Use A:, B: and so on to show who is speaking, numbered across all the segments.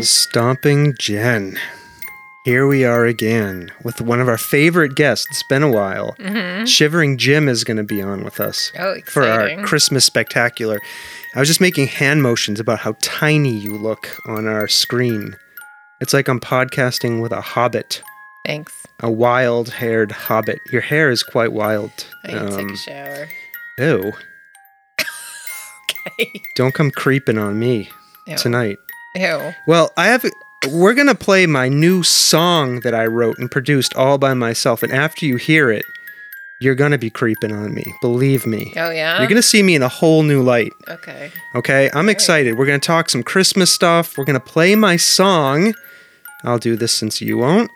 A: Stomping Jen. Here we are again with one of our favorite guests. It's been a while. Shivering Jim is going to be on with us
B: Mm-hmm. Oh,
A: for our
B: exciting.
A: Christmas spectacular. I was just making hand motions about how tiny you look on our screen. It's like I'm podcasting with a hobbit,
B: Thanks.
A: a wild haired hobbit. Your hair is quite wild.
B: I need to take
A: Um,
B: a shower.
A: ew.
B: Okay.
A: Don't come creeping on me
B: Ew.
A: tonight.
B: Ew.
A: Well, I have. We're gonna play my new song that I wrote and produced all by myself, and after you hear it, you're gonna be creeping on me. Believe me.
B: Oh yeah.
A: You're gonna see me in a whole new light.
B: Okay.
A: Okay, I'm excited. We're gonna talk some Christmas stuff. We're gonna play my song. I'll do this since you won't.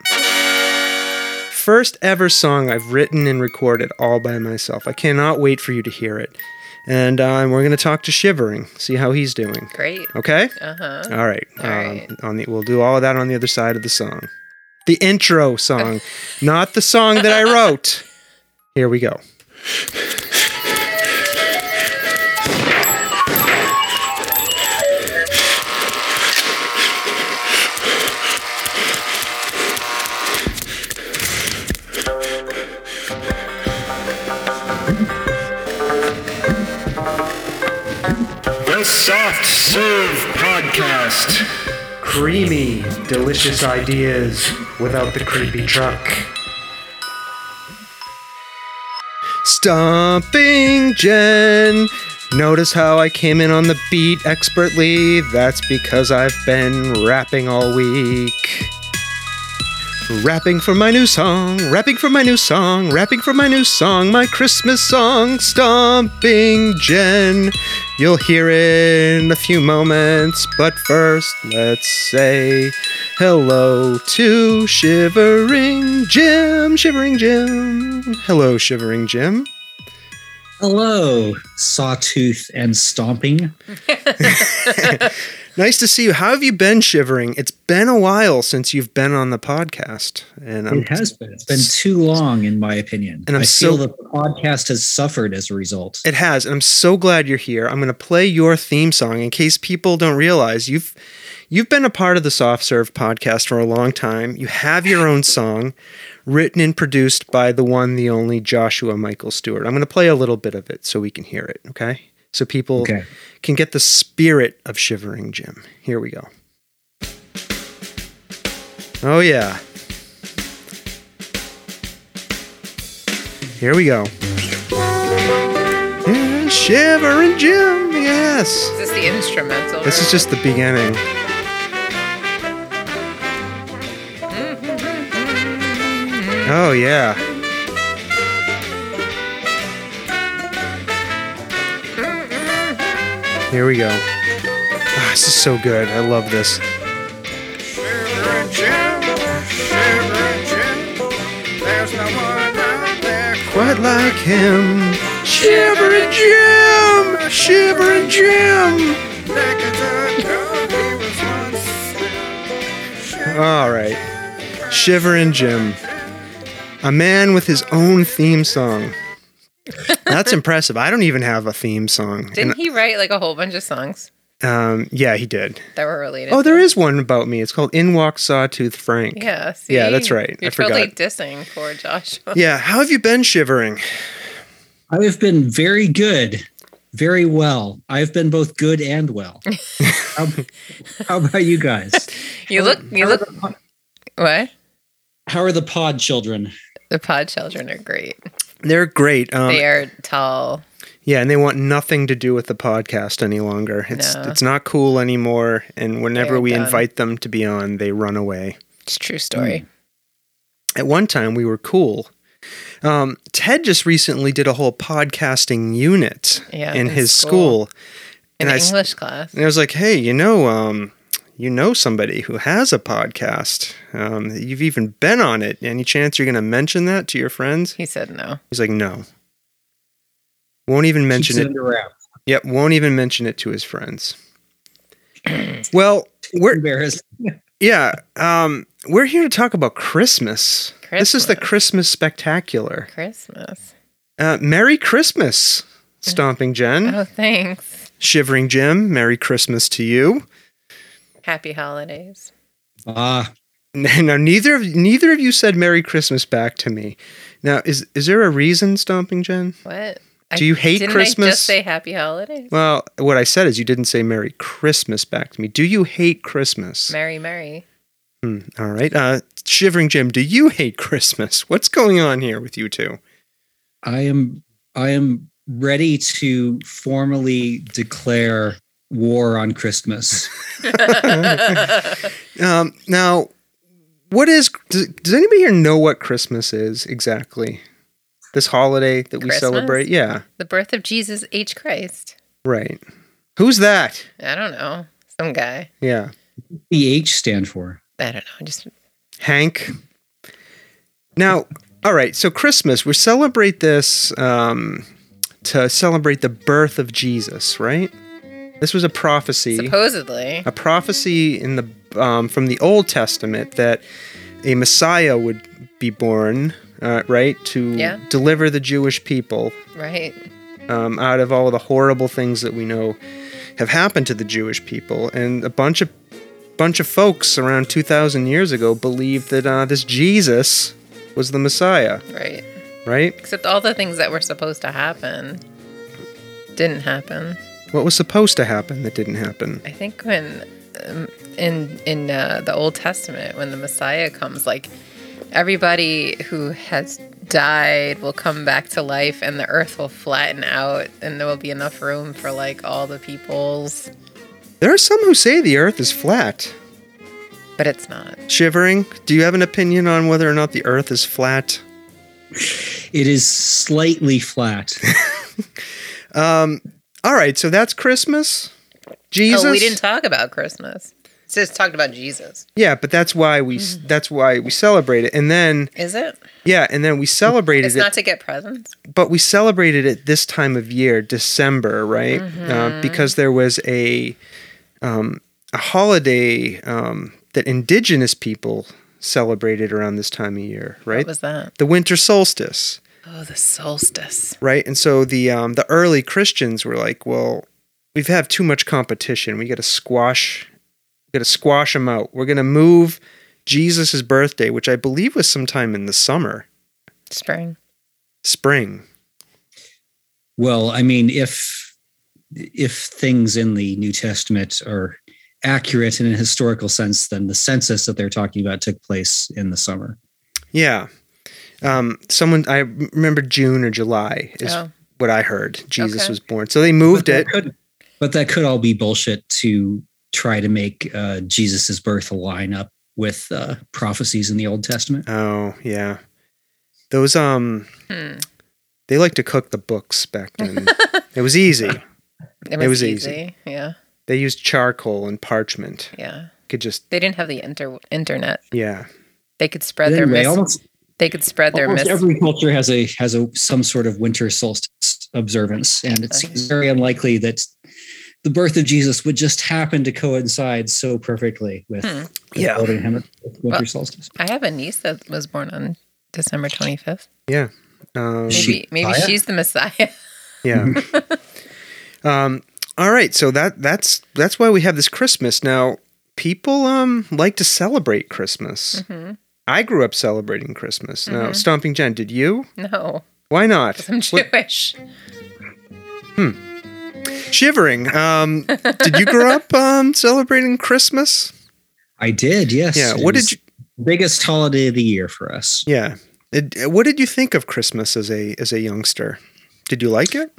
A: First ever song I've written and recorded all by myself. I cannot wait for you to hear it. And uh, we're gonna talk to Shivering, see how he's doing.
B: Great.
A: Okay.
B: Uh huh.
A: All right.
B: All right.
A: Um, on the, we'll do all of that on the other side of the song. The intro song, not the song that I wrote. Here we go.
C: The Soft Serve Podcast.
A: Creamy, delicious ideas without the creepy truck. Stomping Jen. Notice how I came in on the beat expertly. That's because I've been rapping all week. Rapping for my new song, rapping for my new song, rapping for my new song, my Christmas song, Stomping Jen. You'll hear it in a few moments, but first let's say hello to Shivering Jim, Shivering Jim. Hello, Shivering Jim.
D: Hello, Sawtooth and Stomping.
A: Nice to see you. How have you been, Shivering? It's been a while since you've been on the podcast, and I'm
D: It has been. It's been too long, in my opinion.
A: And I'm
D: I
A: so-
D: feel the podcast has suffered as a result.
A: It has, and I'm so glad you're here. I'm going to play your theme song in case people don't realize you've you've been a part of the Soft Serve podcast for a long time. You have your own song written and produced by the one, the only Joshua Michael Stewart. I'm going to play a little bit of it so we can hear it, okay? So people
D: Okay.
A: can get the spirit of Shivering Jim. Here we go. Oh yeah. Here we go. Yeah, Shivering Jim, yes.
B: Is this the instrumental?
A: This is just the beginning. Oh, yeah. Here we go. Ah, this is so good. I love this.
E: Shivering Jim, shivering Jim, there's no one out there
A: Quite like him. Shivering Jim! Shivering Jim!
E: that could undo he was once.
A: All right. Shivering Jim. A man with his own theme song. That's impressive. I don't even have a theme song.
B: Didn't he write like a whole bunch of songs
A: And, um, yeah, he did.
B: that were related?
A: Oh, there is one about me. It's called In Walks Sawtooth Frank.
B: Yeah. See?
A: Yeah, that's right.
B: You're
A: I forgot.
B: totally dissing poor Joshua.
A: Yeah, How have you been shivering?
D: I have been very good, very well. I've been both good and well. how, how about you guys?
B: You look. You look. What?
D: How are the pod children?
B: The pod children are great.
A: They're great. Um,
B: they are tall.
A: Yeah, and they want nothing to do with the podcast any longer. It's
B: No.
A: it's not cool anymore. And whenever
B: They're
A: we
B: done.
A: invite them to be on, they run away.
B: It's a true story.
A: mm, At one time, we were cool. Um, Ted just recently did a whole podcasting unit
B: Yeah,
A: in
B: in
A: his
B: school.
A: school.
B: in
A: And I s-
B: English class.
A: And I was like, hey, you know, um, you know somebody who has a podcast. Um, you've even been on it. Any chance you're going to mention that to your friends?
B: He said no.
A: He's like, no. Won't even mention
D: Keeps
A: it.
D: under wraps.
A: Yep, won't even mention it to his friends. well, we're
D: Embarrassed.
A: yeah, um, we're here to talk about Christmas. This is the
B: Christmas.
A: Christmas spectacular.
B: Christmas.
A: Uh, Merry Christmas, Stomping Jen,
B: Oh, thanks.
A: Shivering Jim. Merry Christmas to you.
B: Happy holidays.
D: Ah,
A: Now, neither of neither of you said "Merry Christmas" back to me. Now, is is there a reason, Stomping Jen?
B: What? I-
A: Do you hate
B: didn't I
A: Christmas?
B: just say happy holidays?
A: Well, what I said is you didn't say "Merry Christmas" back to me. Do you hate Christmas?
B: Merry, merry.
A: Hmm, all right, uh, Shivering Jim, do you hate Christmas? What's going on here with you two?
D: I am I am ready to formally declare war on Christmas.
A: Um, now, what is does, does anybody here know what Christmas is exactly? This holiday that we
B: Christmas?
A: celebrate? Yeah,
B: The birth of Jesus H. Christ.
A: right. Who's that?
B: I don't know. Some guy.
A: Yeah,
D: The H stand for.
B: I don't know. Just
A: Hank. Now, all right, so Christmas, we celebrate this um, to celebrate the birth of Jesus, right? This was a prophecy,
B: supposedly.
A: a prophecy in the um, from the Old Testament that a Messiah would be born, uh, right, to
B: Yeah.
A: deliver the Jewish people
B: Right.
A: um, out of all the horrible things that we know have happened to the Jewish people, and a bunch of bunch of folks around 2,000 years ago believed that uh, this Jesus was the Messiah,
B: Right.
A: right?
B: Except all the things that were supposed to happen didn't happen.
A: What was supposed to happen that didn't happen?
B: I think when um, in in uh, the Old Testament, when the Messiah comes, like everybody who has died will come back to life, and the earth will flatten out, and there will be enough room for like all the peoples.
A: There are some who say the Earth is flat.
B: But it's not.
A: Shivering, do you have an opinion on whether or not the Earth is flat?
D: It is slightly flat.
A: All right, so that's Christmas. Jesus.
B: Oh, we didn't talk about Christmas. It just talked about Jesus.
A: yeah, but that's why we s
B: Mm-hmm.
A: that's why we celebrate it, and then
B: Is it?
A: yeah, and then we celebrated
B: It's
A: it.
B: not to get presents.
A: but we celebrated it this time of year, December, right? Uh, because there was a um, a holiday um, that indigenous people celebrated around this time of year, right?
B: What was that?
A: the winter solstice,
B: Oh, the solstice.
A: right? And so the um, the early Christians were like, well, we've had too much competition. We got to squash, got to squash them out. We're gonna move Jesus' birthday, which I believe was sometime in the summer,
B: Spring.
A: spring.
D: Well, I mean, if if things in the New Testament are accurate in a historical sense, then the census that they're talking about took place in the summer.
A: Yeah. Um, someone I remember June or July is
B: Oh.
A: what I heard. Jesus
B: Okay.
A: was born. So they moved
D: But
A: it.
D: that could- but that could all be bullshit to try to make uh, Jesus's birth line up with uh, prophecies in the Old Testament.
A: Oh, yeah. Those um
B: Hmm.
A: they like to cook the books back then. it was easy.
B: It was,
A: was
B: easy.
A: easy.
B: Yeah.
A: They used charcoal and parchment.
B: Yeah.
A: Could just
B: They didn't have the inter- internet.
A: yeah.
B: They could spread their
D: Anyway,
B: mis-
D: almost,
B: They could spread their
D: almost
B: mis-
D: every culture has a has a some sort of winter solstice observance, and it
B: Okay.
D: seems very unlikely that the birth of Jesus would just happen to coincide so perfectly with
B: Hmm.
D: the
A: Yeah.
D: northern hemi- with winter
B: Well,
D: solstice.
B: I have a niece that was born on December 25th.
A: Um,
B: Maybe
D: She-
B: maybe
D: Messiah?
B: she's the Messiah.
A: yeah. um all right, so that that's that's why we have this Christmas. Now, people um like to celebrate Christmas.
B: Mhm.
A: I grew up celebrating Christmas. Now,
B: Mhm.
A: Stomping Jen, did you?
B: No,
A: Why not?
B: 'cause I'm
A: What-
B: Jewish.
A: Shivering. Um, did you grow up um, celebrating Christmas?
D: I did, yes.
A: Yeah.
D: It
A: What
D: was
A: did you?
D: the biggest holiday of the year for us?
A: Yeah. It- what did you think of Christmas as a as a youngster? Did you like it?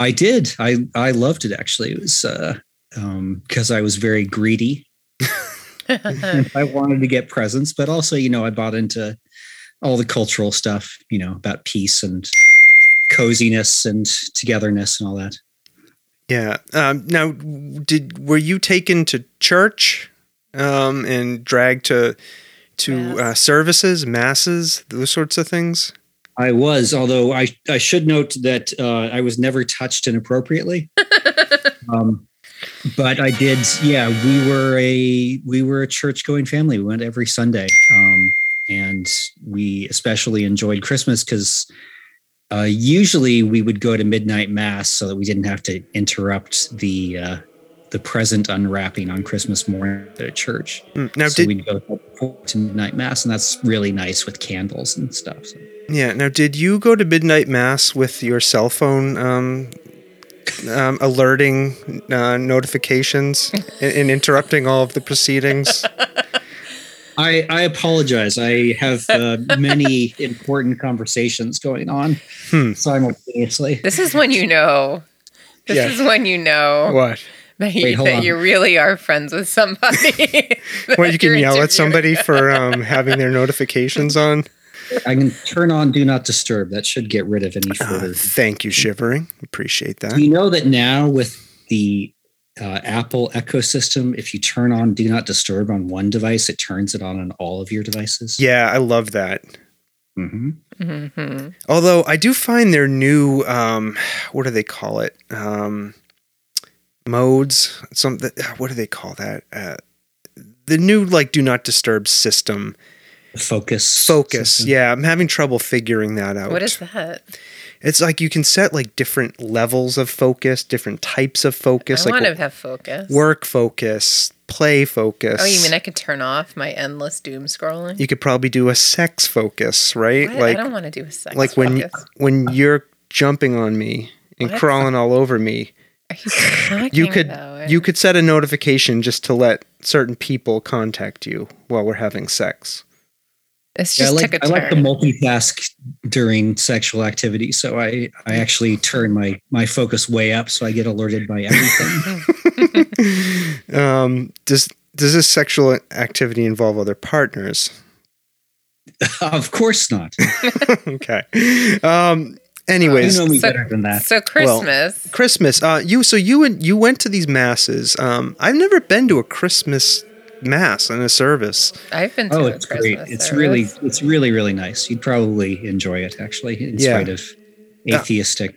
D: I did. I I loved it actually. It was uh, um, because I was very greedy. and I wanted to get presents, but also, you know, I bought into all the cultural stuff, you know, about peace and coziness and togetherness and all that.
A: Yeah. Um, now, did were you taken to church um, and dragged to to uh, services, masses, those sorts of things?
D: I was, although I, I should note that uh, I was never touched inappropriately. um, but I did, yeah. We were a we were a church going family. We went every Sunday, um, and we especially enjoyed Christmas because uh, usually we would go to midnight mass so that we didn't have to interrupt the uh, the present unwrapping on Christmas morning at church.
A: Mm, Now,
D: so
A: did
D: we'd go to midnight mass, and that's really nice with candles and stuff. so.
A: yeah. Now, did you go to midnight mass with your cell phone um, um, alerting uh, notifications and, and interrupting all of the proceedings?
D: I, I apologize. I have uh, many important conversations going on
A: Hmm.
D: simultaneously.
B: This is when you know. This
A: Yeah.
B: is when you know
A: what?
B: that, you,
D: Wait, hold
B: that
D: on.
B: you really are friends with somebody.
A: What you
B: You're
A: can yell
B: interviewing.
A: at somebody for um, having their notifications on?
D: I can turn on Do Not Disturb. That should get rid of any
A: Uh,
D: further.
A: thank you, shivering. Appreciate that.
D: Do Uh-huh. you know that now with the uh, Apple ecosystem, if you turn on Do Not Disturb on one device, it turns it on on all of your devices?
A: Yeah, I love that.
D: hmm
B: Mhm.
A: Although I do find their new um, what do they call it? Um, modes. Something. What do they call that? Uh, the new like do not disturb system
D: Focus.
A: focus
D: system.
A: yeah i'm having trouble figuring that out
B: What is that?
A: it's like you can set like different levels of focus different types of focus
B: I
A: like
B: want to
A: w-
B: have focus.
A: work focus play focus
B: Oh, you mean I could turn off my endless doom scrolling?
A: you could probably do a sex focus right
B: What? I
A: like
B: don't want to do a sex.
A: like when
B: focus.
A: when you're jumping on me and
B: What?
A: crawling all over me
B: Are you, talking
A: you could
B: about?
A: you could set a notification just to let certain people contact you while we're having sex.
B: It's
D: Yeah, I
B: just
D: like,
B: took
D: I
B: a
D: like the
B: turn.
D: multitask during sexual activity. So I, I actually turn my, my focus way up so I get alerted by everything.
A: Um, does does this sexual activity involve other partners?
D: of course not.
A: okay. Um, anyways,
D: you know me
B: So-
D: better than that.
B: so Christmas.
A: Christmas. Uh, you so you and you went to these masses. Um, I've never been to a Christmas mass in a service.
B: I've been to
D: Oh,
B: a
D: it's
B: Christmas
D: great. It's
B: service.
D: really, it's really, really nice. You'd probably enjoy it actually, in
A: Yeah.
D: spite of
A: Yeah.
D: atheistic.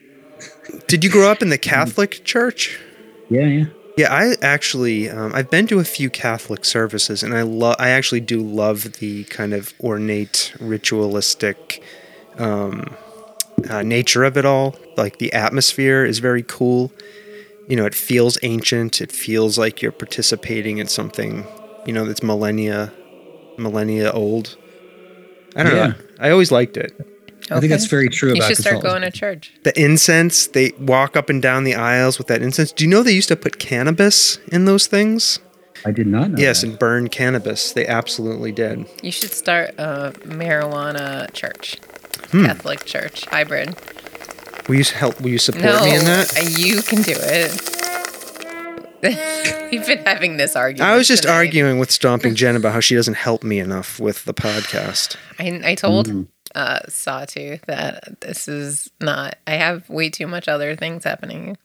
A: Did you grow up in the Catholic Church?
D: Yeah, yeah.
A: Yeah, I actually um, I've been to a few Catholic services, and I love I actually do love the kind of ornate ritualistic um, uh, nature of it all. Like the atmosphere is very cool. You know, it feels ancient. It feels like you're participating in something. You know, that's millennia millennia old. I don't
D: Yeah.
A: know. I always liked it.
D: I think that's
B: Okay.
D: very true
B: You
D: about
B: should start
D: Catholicism.
B: going to church.
A: The incense, they walk up and down the aisles with that incense. Do you know they used to put cannabis in those things?
D: I did not know.
A: Yes,
D: that.
A: and burn cannabis. They absolutely did.
B: You should start a marijuana church, Catholic church, hybrid.
A: Will you help? Will you support
B: No,
A: me in that?
B: you can do it. We've been having this argument.
A: I was just
B: tonight.
A: arguing with Stomping Jen about how she doesn't help me enough with the podcast.
B: I, I told
D: Hmm. Mm-hmm.
B: uh, Sawtooth that this is not. I have way too much other things happening.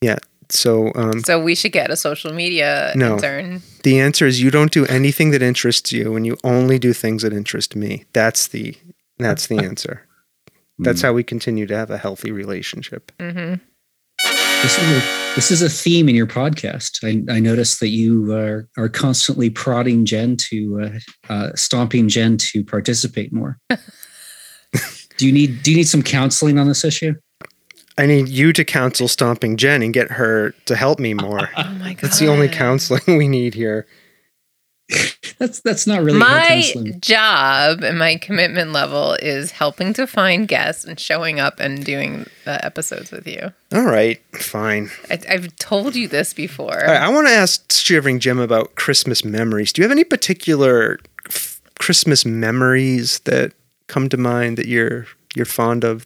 A: Yeah. So um,
B: So we should get a social media
A: No.
B: intern.
A: the answer is you don't do anything that interests you, and you only do things that interest me. That's the that's the answer.
D: Mm.
A: That's how we continue to have a healthy relationship.
B: Mm-hmm.
D: This is, a, this is a theme in your podcast. I, I noticed that you are, are constantly prodding Jen to uh, uh, stomping Jen to participate more. do you need Do you need some counseling on this issue?
A: I need you to counsel Stomping Jen and get her to help me more.
B: Oh my god,
A: That's the only counseling we need here.
D: That's that's not really hard
B: my
D: counseling.
B: job and my commitment level is helping to find guests and showing up and doing the episodes with you.
A: All right, fine.
B: I, I've told you this before.
A: All right, I want to ask Shivering Jim about Christmas memories. Do you have any particular f- Christmas memories that come to mind that you're you're fond of?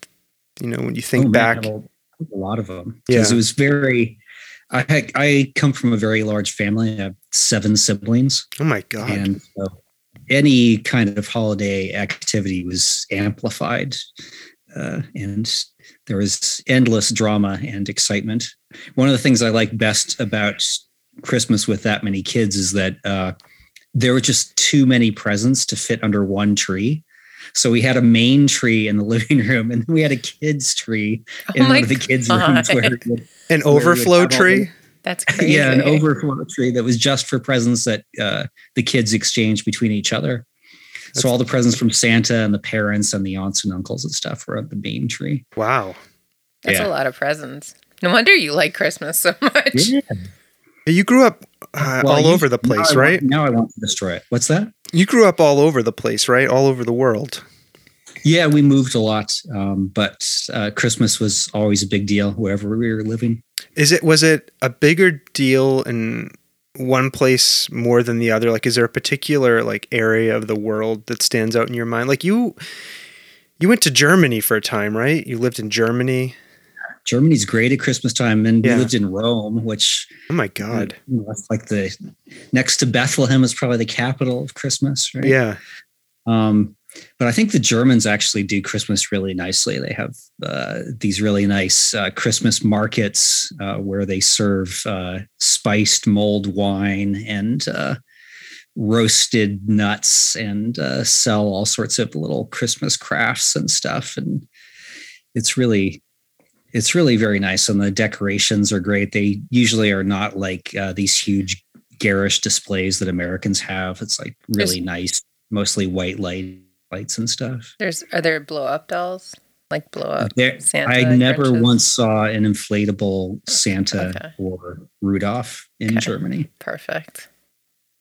A: You know, when you think
D: Oh, man, I
A: back.
D: have a, a lot of them
A: Yeah.
D: because it was very. I had- I come from a very large family. I have seven siblings,
A: Oh my god!
D: and so any kind of holiday activity was amplified. Uh, and there was endless drama and excitement. One of the things I like best about Christmas with that many kids is that uh, there were just too many presents to fit under one tree. So we had a main tree in the living room, and then we had a kids tree in
B: Oh
D: one
B: my
D: of the kids'
B: God.
D: rooms where we would
A: An
D: Where you would
A: overflow
D: have all
A: tree?
B: That's crazy.
D: yeah, an overflow tree that was just for presents that uh, the kids exchanged between each other. so all the presents from Santa and the parents and the aunts and uncles and stuff were at the main tree.
A: Wow.
B: That's
D: Yeah.
B: a lot of presents. No wonder you like Christmas so much.
A: You grew up uh,
D: Well,
A: all
D: you-
A: over the
D: now I
A: place,
D: want-
A: right?
D: now I want to destroy it. What's that?
A: You grew up all over the place, right? All over the world.
D: Yeah, we moved a lot, um, but uh, Christmas was always a big deal wherever we were living.
A: Is it was it a bigger deal in one place more than the other? Like is there a particular like area of the world that stands out in your mind? Like you you went to Germany for a time, right? You lived in Germany.
D: Germany's great at Christmas time, and
A: Yeah.
D: we lived in Rome, which
A: Oh my god.
D: you know, that's like the next to Bethlehem is probably the capital of Christmas, right?
A: Yeah.
D: Um, but I think the Germans actually do Christmas really nicely. They have uh, these really nice uh, Christmas markets uh, where they serve uh, spiced mulled wine and uh, roasted nuts and uh, sell all sorts of little Christmas crafts and stuff. And it's really, it's really very nice. And the decorations are great. They usually are not like uh, these huge garish displays that Americans have. It's like really nice mostly white light lights and stuff.
B: There's are there blow up dolls? Like blow up
D: There-
B: Uh, Santa.
D: I never
B: Grinches?
D: once saw an inflatable Santa
B: Okay.
D: or Rudolph in
B: Okay.
D: Germany.
B: perfect.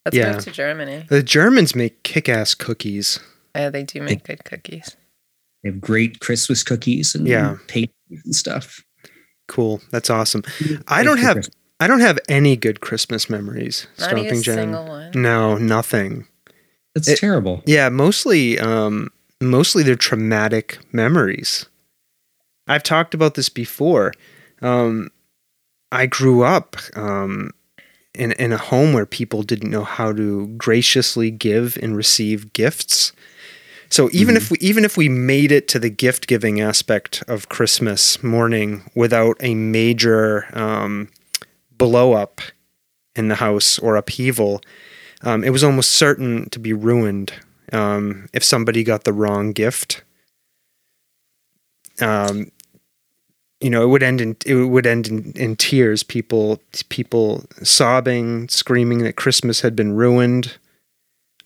B: Let's
A: Yeah.
B: move to Germany.
A: The Germans make kick-ass cookies.
B: Yeah, they do make good cookies.
D: They have great Christmas cookies and
A: Yeah.
D: pastries and stuff.
A: Cool. That's awesome. I don't have I don't have any good Christmas memories.
B: Not a
A: Stomping Jam.
B: single one.
A: No, nothing.
D: That's
A: it-
D: terrible.
A: Yeah, mostly um mostly they're traumatic memories. I've talked about this before. Um I grew up um in in a home where people didn't know how to graciously give and receive gifts. So even if we even if we made it to the gift giving aspect of Christmas morning without a major um, blow up in the house or upheaval, um, it was almost certain to be ruined um, if somebody got the wrong gift. Um, you know, it would end in it would end in, in tears. People people sobbing, screaming that Christmas had been ruined.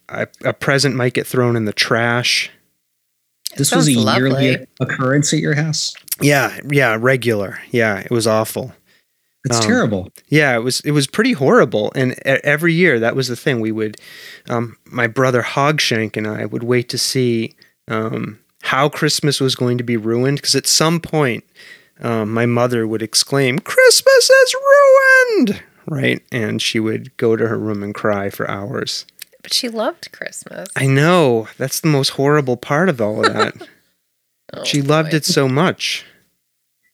A: A, a present might get thrown in the trash.
D: This was a
B: sounds
D: yearly
B: lovely.
D: occurrence at your house.
A: Yeah, yeah, regular. Yeah, it was awful.
D: That's
A: Um,
D: terrible.
A: Yeah, it was it was pretty horrible. And e- every year that was the thing we would, um, my brother Hogshank and I would wait to see um, how Christmas was going to be ruined because at some point um, my mother would exclaim, "Christmas is ruined!" Right, and she would go to her room and cry for hours.
B: But she loved Christmas.
A: I know that's the most horrible part of all of that.
B: Oh,
A: she loved
B: boy.
A: it so much.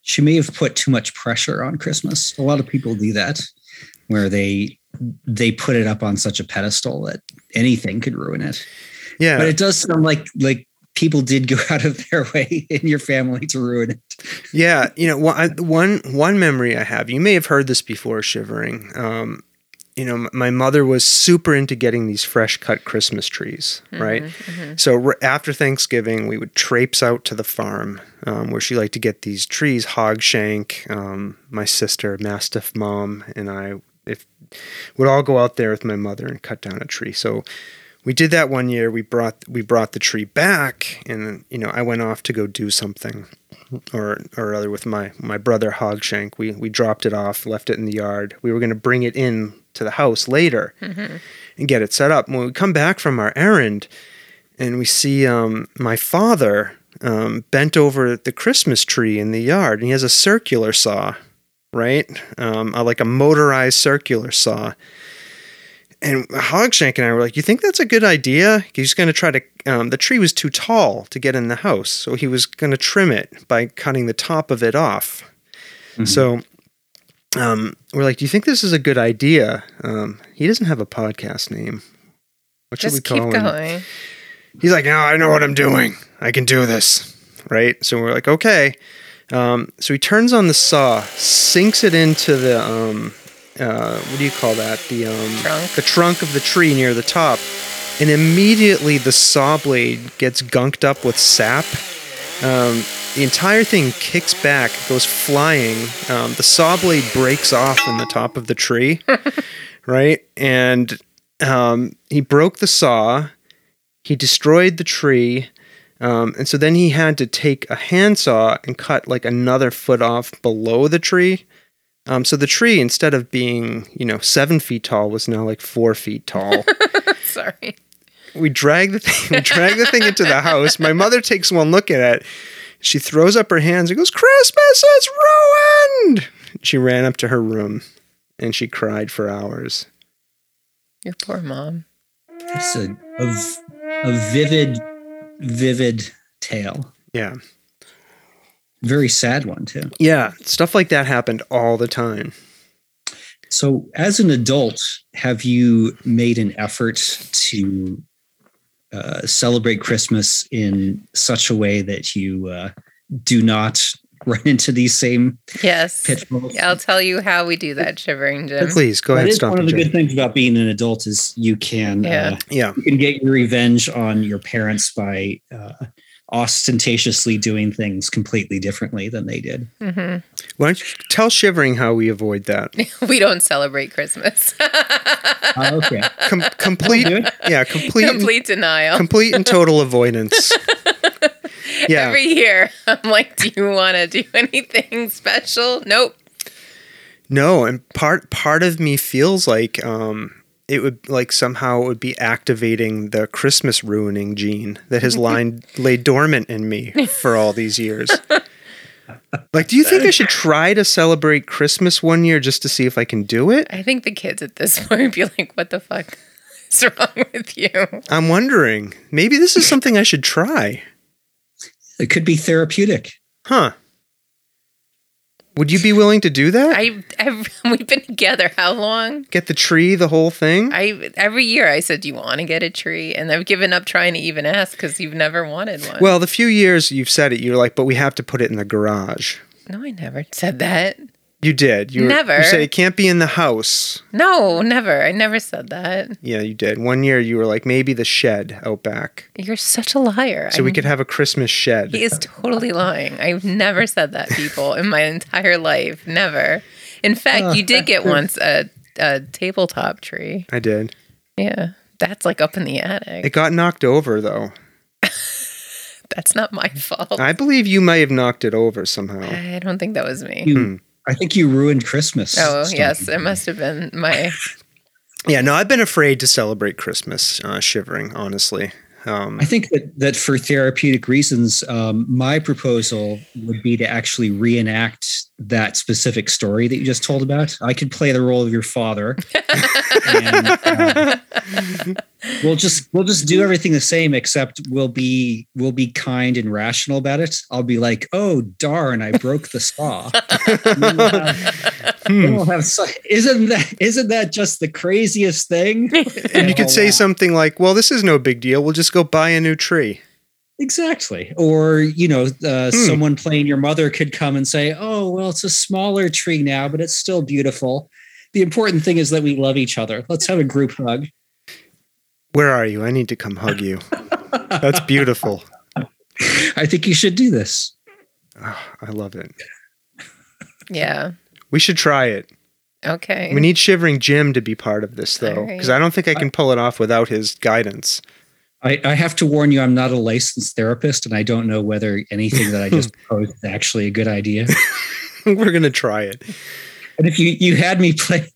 D: She may have put too much pressure on Christmas. A lot of people do that, where they they put it up on such a pedestal that anything could ruin it.
A: Yeah,
D: But it does sound like like people did go out of their way in your family to ruin it.
A: Yeah, you know, one- I- one one memory I have. You may have heard this before, shivering. Um, you know, m- my mother was super into getting these fresh cut Christmas trees,
B: Mm-hmm.
A: right? So r- after Thanksgiving, we would traipse out to the farm um, where she liked to get these trees. Hogshank, um, my sister, Mastiff Mom, and I if would all go out there with my mother and cut down a tree. So we did that one year. We brought we brought the tree back, and you know I went off to go do something, or or other with my my brother Hogshank. We we dropped it off, left it in the yard. We were going to bring it in to the house later and get it set up. When we come back from our errand, and we see um, my father um, bent over the Christmas tree in the yard, and he has a circular saw, right? Um, uh, like a motorized circular saw. And Hogshank and I were like, "You think that's a good idea? He's going to try to. Um, the tree was too tall to get in the house, so he was going to trim it by cutting the top of it off. So." Um, we're like, do you think this is a good idea? Um, he doesn't have a podcast name. What should we
B: Just
A: call
B: keep
A: him?
B: going.
A: He's like, no, I know what I'm doing. I can do this. Right. So we're like, okay. Um, so he turns on the saw, sinks it into the um, uh, what do you call that? The um,
B: Trunk?
A: the trunk of the tree near the top, and immediately the saw blade gets gunked up with sap. Um, the entire thing kicks back, goes flying. Um, the saw blade breaks off in the top of the tree, right? And um, he broke the saw. He destroyed the tree. Um, and so then he had to take a handsaw and cut like another foot off below the tree. Um, so the tree, instead of being, you know, seven feet tall, was now like four feet tall.
B: Sorry.
A: we drag the thing, we drag the thing into the house. My mother takes one look at it. She throws up her hands and goes, "Christmas is ruined!" She ran up to her room, and she cried for hours.
B: Your poor mom.
D: It's a, a, v- a vivid, vivid tale.
A: Yeah,
D: Very sad one, too.
A: yeah, stuff like that happened all the time.
D: So, as an adult, have you made an effort to uh, celebrate Christmas in such a way that you uh, do not run into these same
B: Yes.
D: pitfalls?
B: I'll tell you how we do that, shivering Jim.
A: Please go
D: That
A: ahead,
D: is
A: stop
D: one of
A: and
D: the good
A: Jane.
D: things about being an adult is you can
B: Yeah.
D: uh,
A: Yeah,
D: you can get your revenge on your parents by uh, ostentatiously doing things completely differently than they did.
B: hmm
A: why don't you tell Shivering how we avoid that?
B: We don't celebrate Christmas.
D: Oh, okay,
A: Com- complete, yeah, complete, complete,
B: Complete denial.
A: and total avoidance. Yeah,
B: Every year, I'm like, do you want to do anything special? Nope.
A: no, and part part of me feels like um, it would like somehow it would be activating the Christmas ruining gene that has lined laid dormant in me for all these years. Like, do you think I should try to celebrate Christmas one year just to see if I can do it?
B: I think the kids at this point would be like, what the fuck is wrong with you?
A: I'm wondering. Maybe this is something I should try.
D: it could be therapeutic.
A: Huh. Would you be willing to do that?
B: I, I we've been together how long?
A: Get the tree, the whole thing?
B: I every year I said, do you want to get a tree? And I've given up trying to even ask because you've never wanted one.
A: well, the few years you've said it, you're like, but we have to put it in the garage.
B: no, I never said that.
A: You did. You were-
B: Never.
A: You said it can't be in the house.
B: No, never. I never said that.
A: Yeah, you did. One year you were like, maybe the shed out back.
B: You're such a liar.
A: So we
B: I-
A: could have a Christmas shed.
B: He is totally lying. I've never said that, people, in my entire life. Never. In fact, you did get once a, a tabletop tree.
A: I did.
B: Yeah. That's like up in the
A: It
B: attic.
A: got knocked over though.
B: That's not my fault.
A: I believe you may have knocked it over somehow.
B: I don't think that was me.
D: You, I think you ruined Christmas.
B: Hmm. Oh,
D: Stein.
B: yes. It must have been my.
A: Yeah, no, I've been afraid to celebrate Christmas, uh, shivering, honestly. Um,
D: I think that, that for therapeutic reasons, um, my proposal would be to actually reenact that specific story that you just told about. I could play the role of your father. and, uh, we'll just we'll just do everything the same, except we'll be we'll be kind and rational about it. I'll be like, oh darn, I broke the saw. And then we'll have-
A: Hmm.
D: then we'll have so- isn't that isn't that just the craziest thing?
A: and you could
D: Oh,
A: say
D: wow.
A: something like, well, this is no big deal. We'll just go buy a new tree.
D: Exactly. Or, you know, uh, someone playing your mother could come and say, oh, well, it's a smaller tree now, but it's still beautiful. The important thing is that we love each other. Let's have a group hug.
A: Where are you? I need to come hug you. That's beautiful.
D: I think you should do this.
A: Ah, I love it.
B: Yeah.
A: We should try it.
B: Okay.
A: We need Shivering Jim to be part of this, though,
B: All right.
A: because I don't think I can pull it off without his guidance.
D: I, I have to warn you, I'm not a licensed therapist, and I don't know whether anything that I just proposed is actually a good idea.
A: We're going to try it.
D: And if you, you had me play,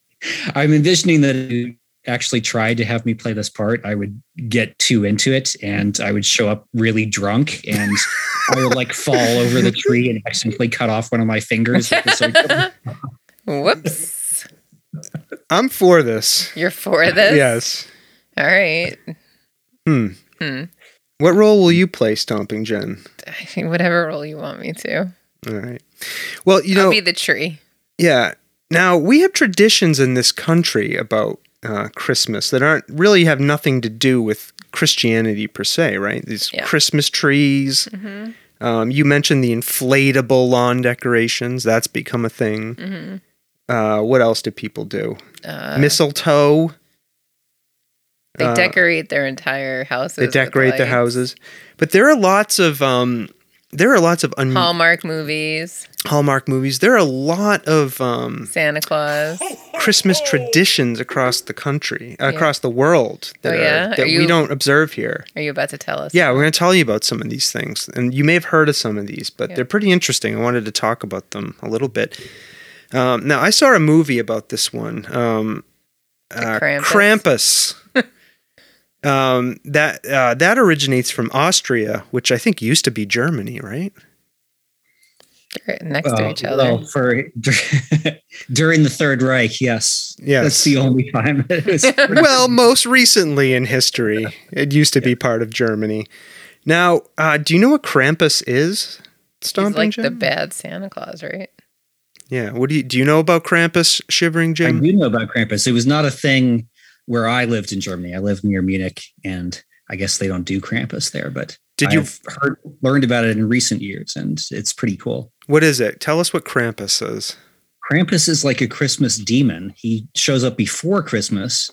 D: I'm envisioning that if you actually tried to have me play this part, I would get too into it and I would show up really drunk and I would like fall over the tree and accidentally cut off one of my fingers. with this, like,
B: Whoops.
A: I'm for this.
B: You're for this?
A: Yes.
B: All right.
A: Hmm.
B: Hmm.
A: What role will you play, Stomping Jen?
B: Whatever role you want me to.
A: All right. Well, you know,
B: I'll be the tree.
A: yeah. Now we have traditions in this country about uh, Christmas that aren't really have nothing to do with Christianity per se, right? These
B: Yeah. Mm-hmm.
A: Christmas trees, Um, you mentioned the inflatable lawn decorations. That's become a thing.
B: hmm
A: Uh, what else do people do?
B: Uh,
A: Mistletoe.
B: they
A: uh,
B: decorate their entire houses.
A: They
B: with
A: decorate the
B: lights.
A: houses. But there are lots of um, there are lots of un-
B: Hallmark movies,
A: Hallmark movies. There are a lot of um,
B: Santa Claus.
A: Christmas traditions across the country, across the world that,
B: Oh,
A: are-
B: yeah? Are
A: that we
B: you-
A: don't observe here.
B: Are you about to tell us?
A: Yeah, we're going to tell you about some of these things. And you may have heard of some of these, but
B: Yeah.
A: they're pretty interesting. I wanted to talk about them a little bit. Um, now, I saw a movie about this one um, uh,
B: Krampus?
A: Krampus. um, that, uh, that originates from Austria, which I think used to be Germany, right?
B: They're next to
D: Uh,
B: each other.
D: well, for during the Third Reich, yes,
A: Yes.
D: that's the only time it was.
A: well, most recently in history, it used to be part of Germany. Now, uh, do you know what Krampus is?
B: He's
A: Stomping
B: like
A: Jim?
B: the bad Santa Claus, right?
A: yeah. What do you do? You know about Krampus, Shivering
D: I
A: Jim?
D: do know about Krampus. It was not a thing where I lived in Germany. I lived near Munich, and I guess they don't do Krampus there. But
A: Did you?
D: I've heard, learned about it in recent years, and it's pretty cool.
A: What is it? Tell us what Krampus is.
D: Krampus is like a Christmas demon. He shows up before Christmas,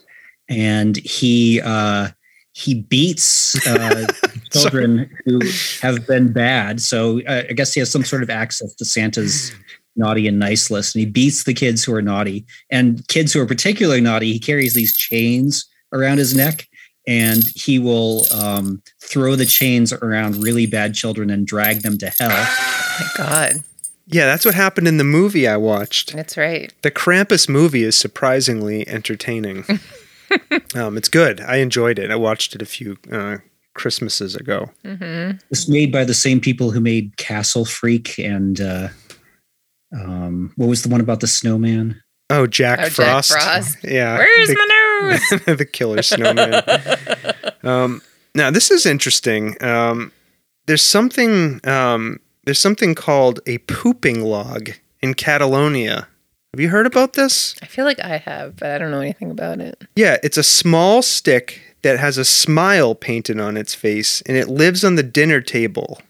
D: and he uh, he beats uh, children who have been bad. So uh, I guess he has some sort of access to Santa's naughty and nice list, and he beats the kids who are naughty and kids who are particularly naughty. He carries these chains around his neck. And he will um, throw the chains around really bad children and drag them to hell.
B: Oh my God,
A: Yeah, that's what happened in the movie I watched.
B: that's right.
A: The Krampus movie is surprisingly entertaining. um, it's good. I enjoyed it. I watched it a few uh, Christmases ago.
B: hmm
D: It's made by the same people who made Castle Freak and uh, um, what was the one about the snowman?
A: Oh, Jack,
B: Oh, Jack
A: Frost.
B: Frost.
A: Yeah.
B: Where's
A: The-
B: my nose?
A: the killer snowman. um, now this is interesting. Um, there's something um, there's something called a pooping log in Catalonia. Have you heard about this?
B: I feel like I have, but I don't know anything about it.
A: Yeah, it's a small stick that has a smile painted on its face, and it lives on the dinner table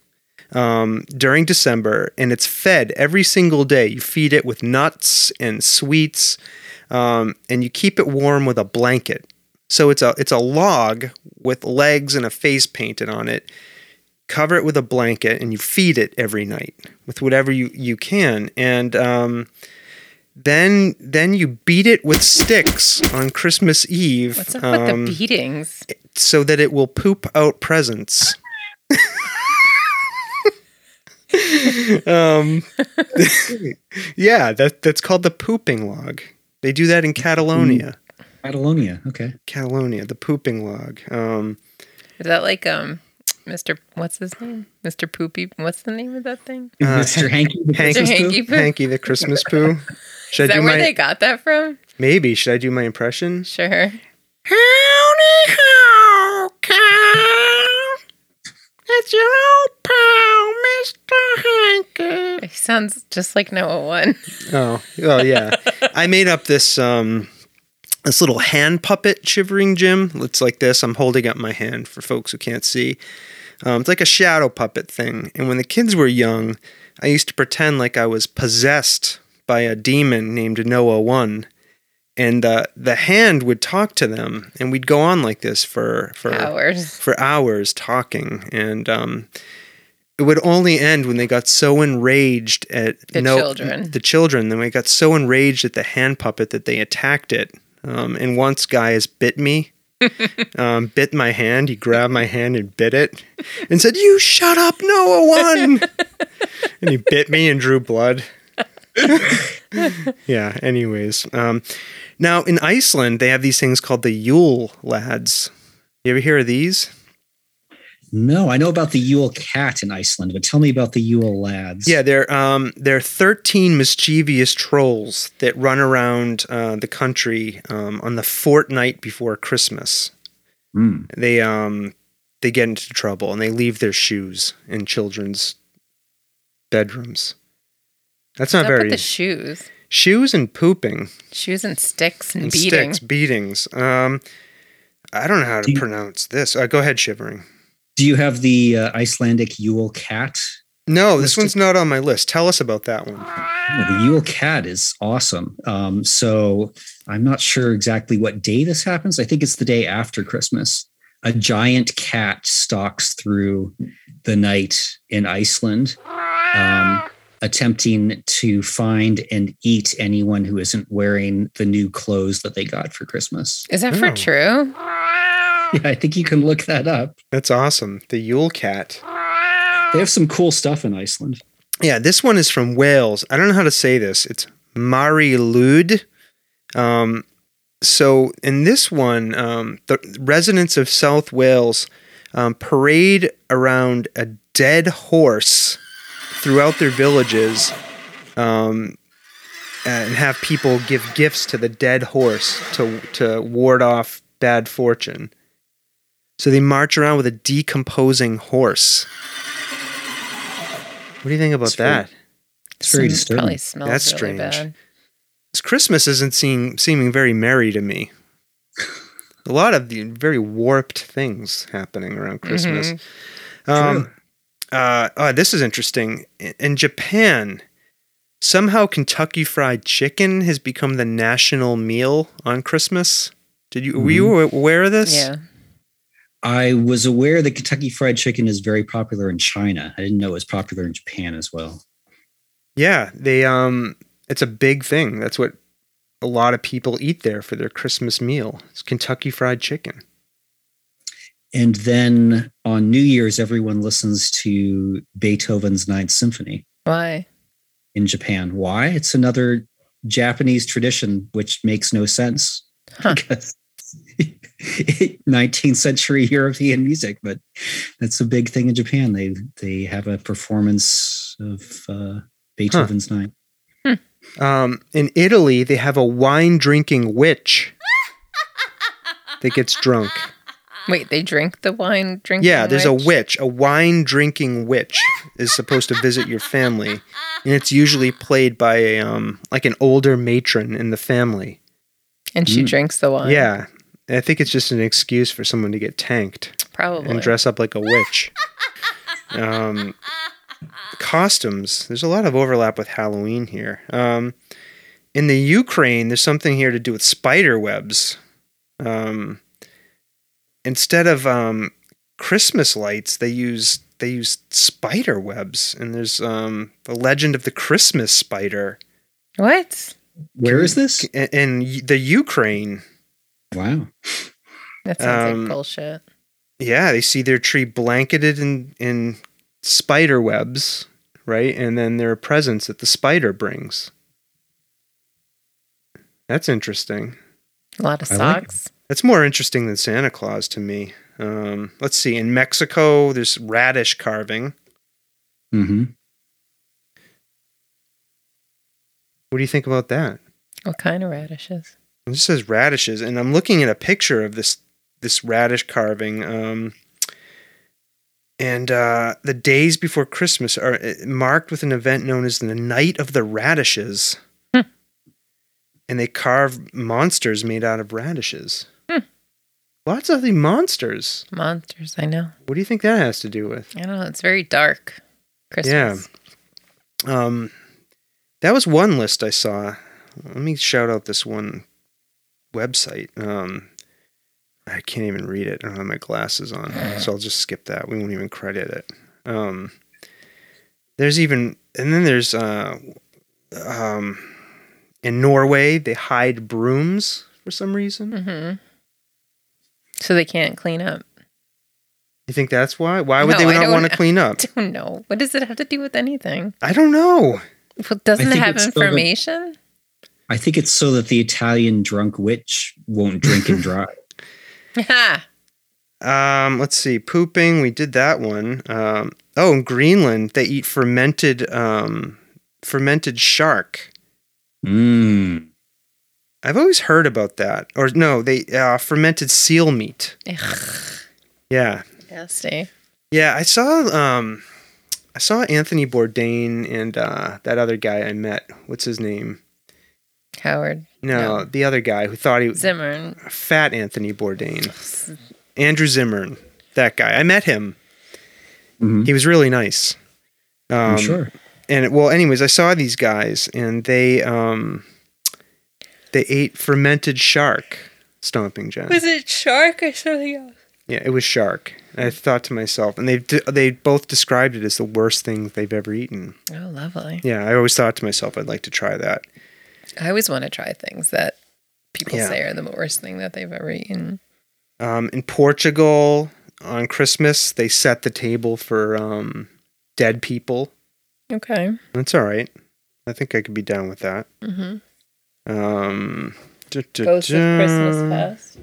A: um, during December, and it's fed every single day. You feed it with nuts and sweets, um, and you keep it warm with a blanket. So it's a it's a log with legs and a face painted on it. Cover it with a blanket, and you feed it every night with whatever you you can, and um, then then you beat it with sticks on Christmas Eve
B: What's up with
A: Um,
B: the beatings?
A: so that it will poop out presents. um, yeah, that that's called the pooping log. They do that in Catalonia.
E: Mm-hmm.
D: Catalonia. Okay.
A: Catalonia, the pooping log. Um,
B: Is that like um, Mr. What's his name? Mr. Poopy. What's the name of that thing?
A: Uh,
D: Mr. Hanky. the
A: Hank-
D: Christmas
B: Hanky
D: Pooh?
B: Poo?
A: Hanky the Christmas poo.
B: Is
A: Should I
B: that
A: do
B: where
A: my
B: they got that from?
A: maybe? Should I do my impression?
B: Sure.
E: Howdy ho, cow. It's your old pal, Mr. Hanky.
B: He sounds just like Noah One.
A: Oh, oh yeah. I made up this um this little hand puppet shivering Jim. It's like this. I'm holding up my hand for folks who can't see. Um, it's like a shadow puppet thing. And when the kids were young, I used to pretend like I was possessed by a demon named Noah One. And uh, the hand would talk to them, and we'd go on like this for for
B: Hours.
A: for hours talking, and um, it would only end when they got so enraged at
B: The children.
A: the children. Then we got so enraged at the hand puppet that they attacked it. Um, and once guys bit me, um, bit my hand. He grabbed my hand and bit it, and said, "You shut up, Noah one." and he bit me and drew blood. yeah. Anyways, um, now in Iceland they have these things called the Yule lads. You ever hear of these?
D: No, I know about the Yule cat in Iceland, but tell me about the Yule lads.
A: Yeah, they're um, they're thirteen mischievous trolls that run around uh, the country um, on the fortnight before Christmas.
D: Hmm.
A: They um, they get into trouble and they leave their shoes in children's bedrooms. That's not
B: What's up
A: very
B: with the shoes?
A: shoes and pooping
B: Shoes and sticks and,
A: and
B: beating.
A: sticks beatings. Um, I don't know how to
D: Do you-
A: pronounce this. Uh, go ahead, shivering.
D: Do you have the uh, Icelandic Yule cat
A: No, this
D: Mr.
A: one's not on my list. Tell us about that one.
D: Yeah, the Yule Cat is awesome. Um, so I'm not sure exactly what day this happens. I think it's the day after Christmas. A giant cat stalks through the night in Iceland, um, attempting to find and eat anyone who isn't wearing the new clothes that they got for Christmas.
B: Is that for
A: Oh.
B: true?
D: Yeah, I think you can look that up.
A: That's awesome. The Yule Cat.
D: They have some cool stuff in Iceland.
A: Yeah, this one is from Wales. I don't know how to say this. It's Mari Lud. Um, so in this one, um, the residents of South Wales um, parade around a dead horse throughout their villages um, and have people give gifts to the dead horse to, to ward off bad fortune. So they march around with a decomposing horse. What do you think about
D: It's very-
A: that?
D: It's very
B: Some- Probably
D: disturbing.
B: smells
A: That's
B: really
A: strange.
B: bad.
A: This Christmas isn't seem, seeming very merry to me. A lot of the very warped things happening
B: Mm-hmm.
A: around Christmas. Um,
D: True.
A: uh, oh, this is interesting. In- In Japan, somehow Kentucky Fried Chicken has become the national meal on Christmas. Did you were you aware of this?
B: Yeah.
D: I was aware that Kentucky Fried Chicken is very popular in China. I didn't know it was popular in Japan as well.
A: Yeah, they um it's a big thing. That's what a lot of people eat there for their Christmas meal. It's Kentucky Fried Chicken.
D: And then on New Year's, everyone listens to Beethoven's Ninth Symphony
B: Why?
D: in Japan. Why? It's another Japanese tradition, which makes no sense
B: Huh.
D: because 19th century European music, but that's a big thing in Japan. They they have a performance of uh, Beethoven's Ninth.
A: Um, in Italy, they have a wine drinking witch that gets drunk.
B: Wait, they drink the wine drinking.
A: Yeah, there's
B: witch?
A: a witch. A wine drinking witch is supposed to visit your family, and it's usually played by a um like an older matron in the family.
B: And she
D: Mm.
B: drinks the wine.
A: Yeah, And I think it's just an excuse for someone to get tanked
B: Probably.
A: and dress up like a witch. Um, costumes. There's a lot of overlap with Halloween here. Um, in the Ukraine, there's something here to do with spider webs. Um, instead of um, Christmas lights, they use they use spider webs, and there's um, the legend of the Christmas spider
B: what?
D: Where is this?
A: in, in the Ukraine.
D: Wow.
B: That sounds
A: Um,
B: like bullshit.
A: Yeah, they see their tree blanketed in in spider webs, right? And then there are presents that the spider brings. That's interesting.
B: A lot of
D: I like
B: socks.
A: That's more interesting than Santa Claus to me. Um, let's see. In Mexico, there's radish carving.
D: hmm
A: What do you think about that?
B: what kind of radishes?
A: It just says radishes, and I'm looking at a picture of this this radish carving. Um, and uh, the days before Christmas are uh, marked with an event known as the Night of the Radishes,
B: Hmm.
A: and they carve monsters made out of radishes. Lots of the monsters.
B: Monsters, I know.
A: What do you think that has to do with?
B: I don't know. It's very dark. Christmas.
A: Yeah. Um, that was one list I saw. Let me shout out this one website. Um, I can't even read it. I don't have my glasses on, so I'll just skip that. We won't even credit it. Um, there's even, and then there's, uh, um, in Norway they hide brooms for some reason.
B: Mm-hmm. So they can't clean up.
A: You think that's why? Why would
B: No, I
A: they not
B: don't
A: want
B: know.
A: to clean up?
B: I don't know. What does it have to do with anything?
A: I don't know.
B: Well, doesn't it
D: think
B: have
D: it's so that-
B: information?
D: I think it's so that the Italian drunk witch won't drink and drive.
B: Ha!
A: Um, let's see, pooping. We did that one. Um, oh, in Greenland, they eat fermented, um, fermented shark.
D: Mm.
A: I've always heard about that. Or no, they uh, fermented seal meat.
B: Ugh,
A: Yeah,
B: Nasty.
A: yeah. I saw, um, I saw Anthony Bourdain and uh, that other guy I met. What's his name?
B: Howard
A: No,
B: No.
A: the other guy who thought he was
B: Zimmern.
A: fat Anthony Bourdain, Andrew Zimmern. That guy. I met him.
D: Mhm.
A: Um, He was really nice.
D: I'm
A: Um,
D: sure.
A: And well, anyways, I saw these guys, and they um, they ate fermented shark stomping Jen.
B: Was it shark or something else?
A: Yeah, it was shark. And I thought to myself, and they they both described it as the worst thing they've ever eaten.
B: Oh, lovely.
A: Yeah, I always thought to myself, I'd like to try that.
B: I always want to try things that people
A: Yeah.
B: say are the worst thing that they've ever eaten.
A: Um, in Portugal on Christmas, they set the table for um, dead people.
B: Okay.
A: That's all right. I think I could be down with that.
B: Mm-hmm.
A: Um, duh, duh,
B: Ghost of Christmas
A: duh.
B: Past.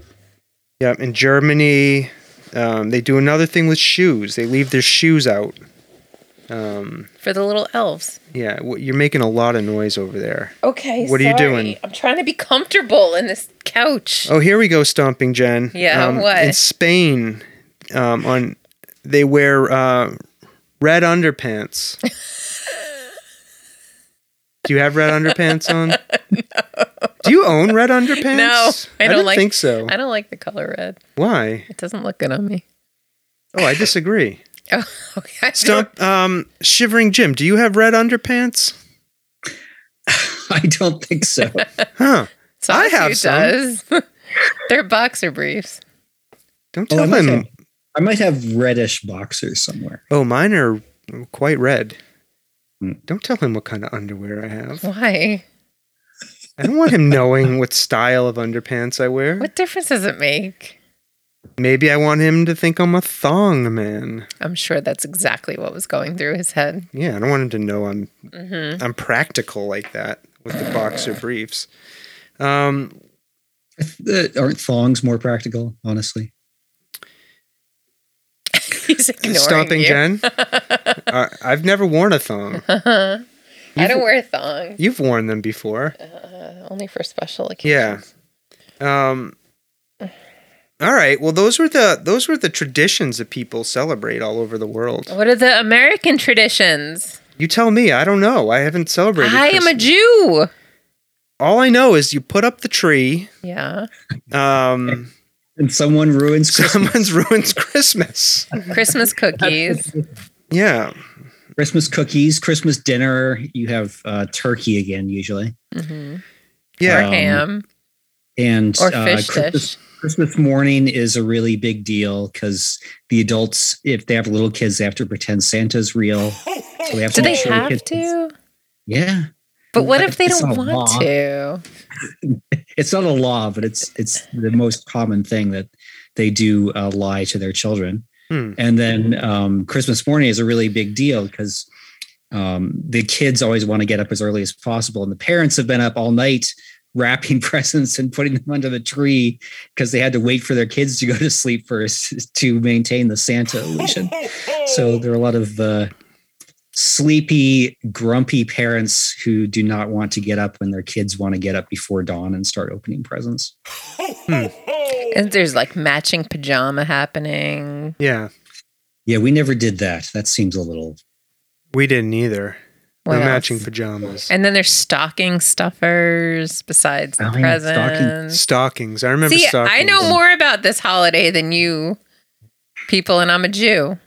A: Yeah, in Germany, um, they do another thing with shoes. They leave their shoes out. Um,
B: For the little elves.
A: yeah, w- you're making a lot of noise over there.
B: Okay.
A: What are you
B: sorry.
A: doing?
B: I'm trying to be comfortable in this couch.
A: Oh, here we go, stomping Jen.
B: Yeah,
A: um,
B: what?
A: in Spain? Um, on they wear uh, red underpants. Do you have red underpants on? Do you own red underpants?
B: No, I don't
A: didn't
B: like-
A: think so.
B: I don't like the color red.
A: Why?
B: It doesn't look good on me.
A: Oh, I disagree.
B: Oh, okay. I don't-
A: Stump, um, shivering Jim. Do you have red underpants?
D: I don't think so.
A: Huh? I
B: Sawtooth
A: have some.
B: Does. They're boxer briefs.
A: Don't
D: Oh, I
A: tell
D: might
A: them.
D: have- I might have reddish boxers somewhere.
A: Oh, mine are quite red.
D: Hmm.
A: Don't tell him what kind of underwear I have.
B: Why?
A: I don't want him knowing what style of underpants I wear.
B: What difference does it make?
A: Maybe I want him to think I'm a thong man.
B: I'm sure that's exactly what was going through his head.
A: Yeah, I don't want him to know I'm
B: hmm
A: I'm practical like that with the boxer briefs. Um,
D: Uh, aren't thongs more practical, honestly?
B: He's ignoring
A: stomping
B: you.
A: Jen. uh, I've never worn a thong.
B: I don't wear a thong,
A: You've worn them before.
B: uh, only for special
A: Yeah.
B: occasions.
A: Um, all right. Well, those were the those were the traditions that people celebrate all over the world.
B: What are the American traditions?
A: You tell me. I don't know. I haven't celebrated.
B: I am a
A: Christmas.
B: Jew.
A: All I know is you put up the tree.
B: Yeah.
A: Um,
D: And someone ruins Christmas,
A: someone's ruins Christmas.
B: Christmas cookies.
A: Yeah.
D: Christmas cookies, Christmas dinner. You have uh, turkey again, usually,
B: hmm Or
A: Yeah.
D: Um,
B: ham.
D: and
B: Or
D: uh,
B: fish
D: Christmas,
B: dish.
D: Christmas morning is a really big deal because the adults, if they have little kids, they have to pretend Santa's real. So we have
B: Do
D: to
B: they
D: make sure the
B: have
D: kids-
B: to?
D: Yeah,
B: But what if they
D: It's
B: don't
D: a
B: want
D: law.
B: to?
D: it's not a law, but it's it's the most common thing that they do uh, lie to their children.
A: Hmm.
D: And then um, Christmas morning is a really big deal because um, the kids always want to get up as early as possible, and the parents have been up all night wrapping presents and putting them under the tree because they had to wait for their kids to go to sleep first to maintain the Santa illusion. So there are a lot of uh, sleepy, grumpy parents who do not want to get up when their kids want to get up before dawn and start opening presents.
C: Hmm.
B: And there's like matching pajama happening.
A: Yeah.
D: Yeah, we never did that. That seems a little.
A: We didn't either.
B: What
A: We're
B: else?
A: matching pajamas.
B: And then there's stocking stuffers besides the
D: Oh, yeah,
B: presents.
A: stockings. I remember
B: See,
A: stockings.
B: I know more about this holiday than you people, and I'm a Jew.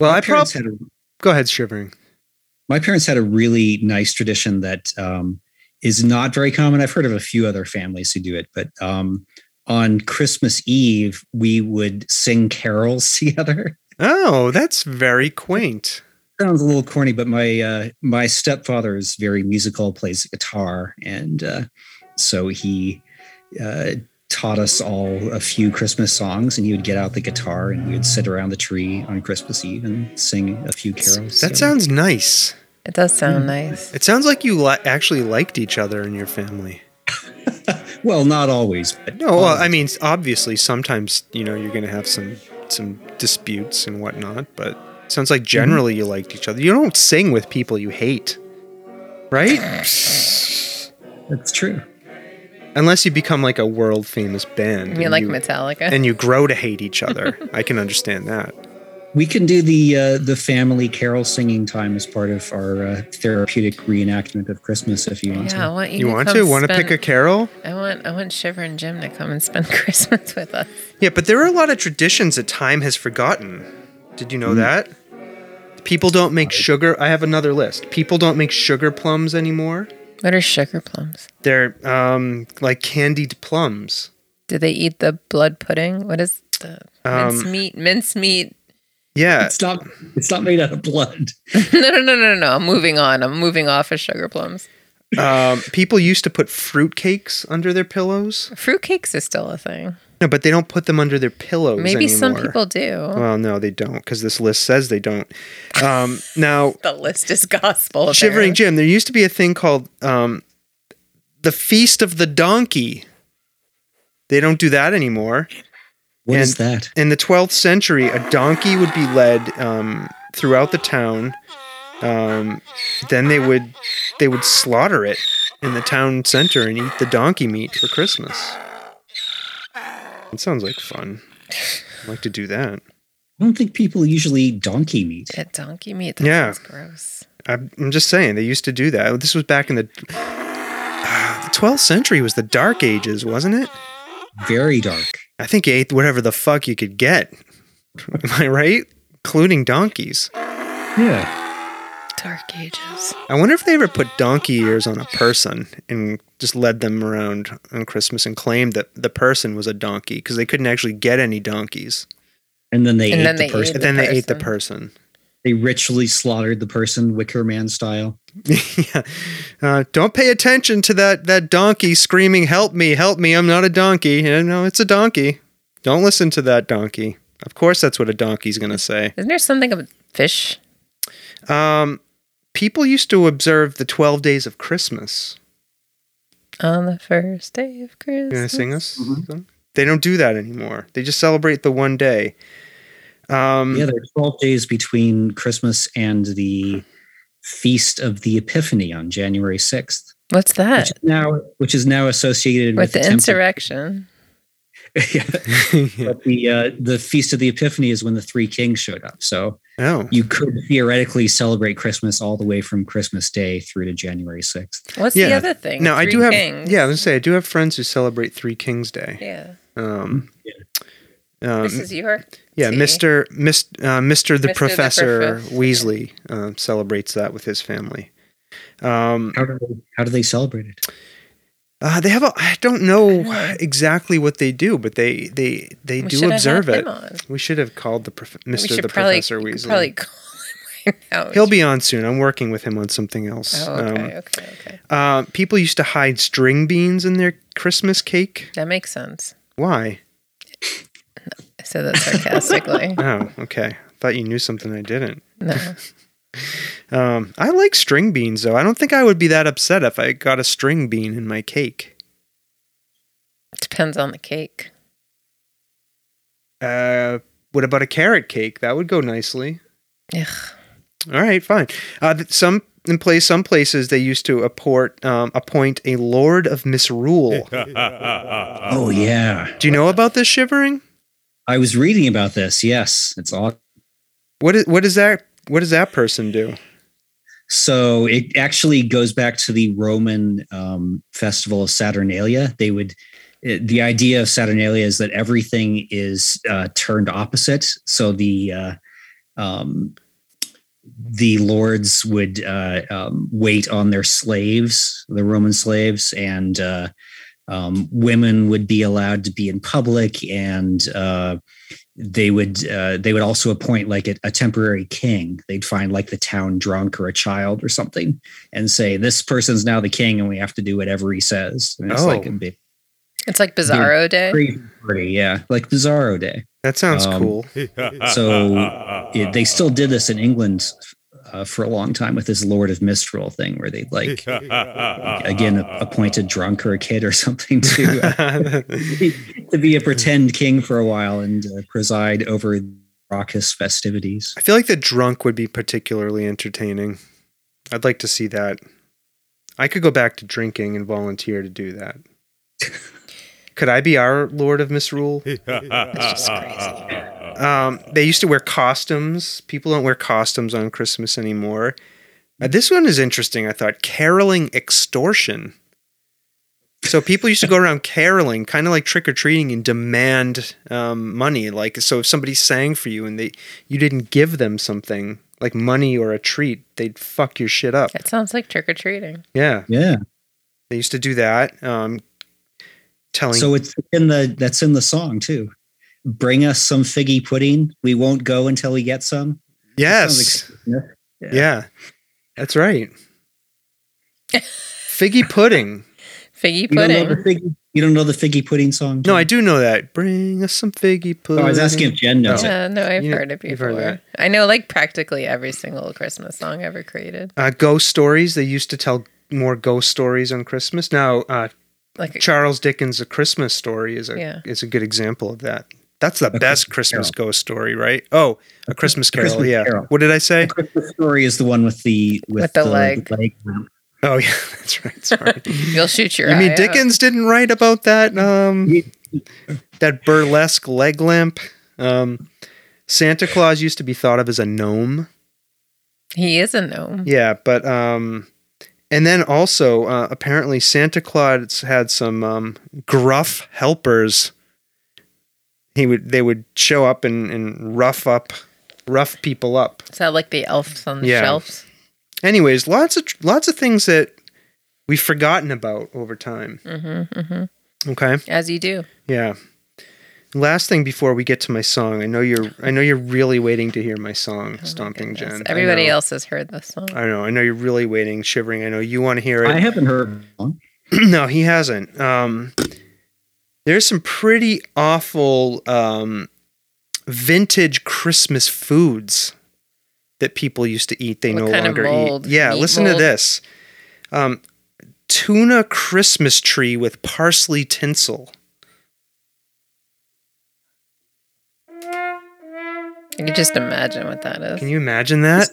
A: Well, I
D: parents
A: probably
D: had a,
A: go ahead shivering.
D: my parents had a really nice tradition that um, is not very common. I've heard of a few other families who do it, but um, on Christmas Eve we would sing carols together.
A: Oh, that's very quaint.
D: sounds a little corny, but my uh, my stepfather is very musical, plays guitar, and uh, so he uh, taught us all a few Christmas songs. And he would get out the guitar, and we would sit around the tree on Christmas Eve and sing a few carols.
A: That
D: together.
A: sounds nice.
B: It does
A: Mm.
B: sound nice.
A: It sounds like you li- actually liked each other in your family.
D: well, not always, but
A: No, well, I mean, obviously, sometimes you know you're going to have some some disputes and whatnot, but it sounds like generally you liked each other. You don't sing with people you hate, right?
D: that's true.
A: Unless you become like a world famous band.
B: I mean,
A: and
B: like
A: you-
B: Metallica.
A: and you grow to hate each other. I can understand that.
D: We can do the uh, the family carol singing time as part of our uh, therapeutic reenactment of Christmas, if you want
B: yeah, I
D: to.
B: want you.
A: You
B: to
A: want
B: come
A: to? Want to
B: spend-
A: pick a carol?
B: I want. I want Shiver and Jim to come and spend Christmas with us.
A: Yeah, but there are a lot of traditions that time has forgotten. Did you know that? People don't make sugar. I have another list. People don't make sugar plums anymore.
B: What are sugar plums?
A: They're um, like candied plums.
B: Do they eat the blood pudding? What is the
A: Um,
B: mince meat? Mince meat?
A: Yeah,
D: It's not. It's not made out of blood.
B: no, no, no, no, no. I'm moving on. I'm moving off of sugar plums.
A: um, people used to put fruit cakes under their pillows.
B: Fruitcakes is still a thing.
A: No, but they don't put them under their pillows.
B: Maybe some
A: anymore.
B: people do.
A: Well, no, they don't, because this list says they don't. Um, now,
B: The list is gospel.
A: Shivering
B: apparently.
A: Jim, there used to be a thing called um, the Feast of the Donkey. They don't do that anymore.
D: What is
A: And-
D: that?
A: In the 12th century, a donkey would be led um, throughout the town. Um, then they would they would slaughter it in the town center and eat the donkey meat for Christmas. That sounds like fun. I'd like to do that.
D: I don't think people usually eat donkey meat.
B: Yeah, donkey meat. That
A: Yeah.
B: sounds gross.
A: I'm I'm just saying they used to do that. This was back in the Ah, the 12th century was the Dark Ages, wasn't it?
D: Very dark.
A: I think you ate whatever the fuck you could get. Am I right? Including donkeys.
D: Yeah.
B: Dark ages.
A: I wonder if they ever put donkey ears on a person and just led them around on Christmas and claimed that the person was a donkey because they couldn't actually get any donkeys.
D: And then they
B: And
D: ate
B: then
D: the
B: they
D: person.
B: ate-
A: And then they ate the person.
D: They ritually slaughtered the person, Wicker Man style.
A: yeah. Uh, don't pay attention to that that donkey screaming, "Help me! Help me! I'm not a donkey." Yeah, no, it's a donkey. Don't listen to that donkey. Of course, that's what a donkey's gonna say.
B: Isn't there something about fish?
A: Um, people used to observe the twelve days of Christmas.
B: On the first day of
A: You gonna
B: Christmas.
A: sing us?
B: Mm-hmm.
A: something? They don't do that anymore. They just celebrate the one day.
B: Hmm.
A: Um,
D: Yeah, there are 12 days between Christmas and the Feast of the Epiphany on January 6th,
B: What's that?
D: which is now, which is now associated
B: With
D: with,
B: the
D: temple-
B: insurrection.
D: yeah. But the, uh, the Feast of the Epiphany is when the three kings showed up. So
A: oh,
D: you could theoretically celebrate Christmas all the way from Christmas Day through to January 6th.
B: What's the
A: Yeah.
B: other thing?
A: now I
B: Three
A: do have.
B: kings.
A: Yeah, I was gonna say I do have friends who celebrate Three Kings Day.
B: Yeah.
A: Um, um,
B: This is your
A: Yeah,
B: See?
A: Mister Mist, uh, Mister the
B: Mr. the
A: Professor
B: Professor.
A: Weasley um, celebrates that with his family. Um,
D: How do they, how do they celebrate it?
A: uh, they have a I don't know exactly what they do, but they they they
B: We
A: do
B: should have
A: observe
B: had
A: it.
B: him on.
A: We should have called the prof-
B: We
A: Mister
B: should
A: the
B: probably,
A: Professor
B: we could
A: Weasley.
B: probably call him right now.
A: He'll be on soon. I'm working with him on something else.
B: Oh, okay, okay, okay.
A: Um, uh, people used to hide string beans in their Christmas cake.
B: That makes sense.
A: Why?
B: I said that sarcastically.
A: Oh, okay. Thought you knew something I didn't.
B: no.
A: Um, I like string beans though. I don't think I would be that upset if I got a string bean in my cake.
B: Depends on the cake.
A: Uh, what about a carrot cake? That would go nicely.
B: Ugh.
A: All right, fine. Uh, th- some in place, some places they used to apport, um, appoint a lord of misrule.
D: oh, yeah.
A: Do you know about this shivering?
D: I was reading about this. Yes, it's all
A: What is what is that? What does that person do?
D: So it actually goes back to the Roman um, festival of Saturnalia. They would, it, the idea of Saturnalia is that everything is uh, turned opposite. So the uh, um, the lords would uh, um, wait on their slaves, the Roman slaves, and uh, um, women would be allowed to be in public, and uh, they would uh, they would also appoint like a, a temporary king. They'd find like the town drunk or a child or something, and say this person's now the king, and we have to do whatever he says. And it's
A: Oh.
D: like a big
B: It's like Bizarro Day.
D: crazy party, yeah, like Bizarro Day.
A: That sounds
D: Um,
A: cool.
D: So it, they still did this in England uh, for a long time with this Lord of Mistral thing, where they like
C: Ah.
D: again a- appoint a drunk or a kid or something to uh, to be a pretend king for a while and uh, preside over raucous festivities.
A: I feel like the drunk would be particularly entertaining. I'd like to see that. I could go back to drinking and volunteer to do that. could I be our Lord of Misrule?
B: It's just crazy.
A: Um, they used to wear costumes. People don't wear costumes on Christmas anymore. Uh, this one is interesting. I thought caroling extortion. So people used to go around caroling, kind of like trick or treating, and demand um, money. Like so, if somebody sang for you and they you didn't give them something, like money or a treat, they'd fuck your shit up.
B: That sounds like trick or treating.
A: Yeah,
D: Yeah.
A: they used to do that. Um, telling
D: So it's in the that's in the song too. Bring us some figgy pudding. We won't go until we get some.
A: yes,
D: like-
A: yeah.
D: Yeah.
A: that's right. Figgy pudding.
B: Figgy
D: You don't, know the
B: pudding.
D: figgy, you don't know the figgy pudding song?
A: No, I
D: Jen?
A: do know that. Bring us some figgy pudding.
D: Oh, I was asking if Jen knows it.
B: Yeah, no, I've
A: You-
B: heard it
A: you've
B: before.
A: heard that.
B: I know like practically every single Christmas song ever created.
A: uh, ghost stories. They used to tell more ghost stories on Christmas. Now, uh,
B: Like
A: Charles Dickens' A Christmas Story is a
B: Yeah.
A: is a good example of that. That's the best Christmas ghost story, right? Oh, a Christmas Carol.
D: Christmas
A: yeah.
D: Carol.
A: What did I say?
D: The story is the one with the with,
B: With the leg.
D: ramp.
A: Oh, yeah, that's right. Sorry.
B: you'll shoot your
A: you mean
B: eye out.
A: Dickens didn't write about that um
D: Ye-
A: that burlesque leg lamp? Um, Santa Claus used to be thought of as a gnome.
B: He is a gnome.
A: Yeah, but um, and then also uh, apparently Santa Claus had some um, gruff helpers. He would they would show up and, and rough up, rough people up.
B: Is that like the elves on the
A: Yeah.
B: shelves?
A: Anyways, lots of lots of things that we've forgotten about over time.
B: Mm-hmm, mm-hmm.
A: Okay,
B: As you do. Oh
A: yeah. Last thing before we get to my song, I know you're I know you're really waiting to hear my song,
B: Oh my
A: Stomping
B: goodness.
A: Jen. I
B: Everybody
A: know.
B: else has heard this song.
A: I know. I know you're really waiting, shivering. I know you want to hear it.
D: I haven't heard. Long.
A: no, he hasn't. Um, there's some pretty awful um, vintage Christmas foods that people used to eat. They
B: What
A: no
B: kind of
A: longer
B: mold?
A: eat. Yeah,
B: Meat
A: listen
B: mold?
A: to this. Um, tuna Christmas tree with parsley tinsel.
B: I can just imagine what that is.
A: Can you imagine that?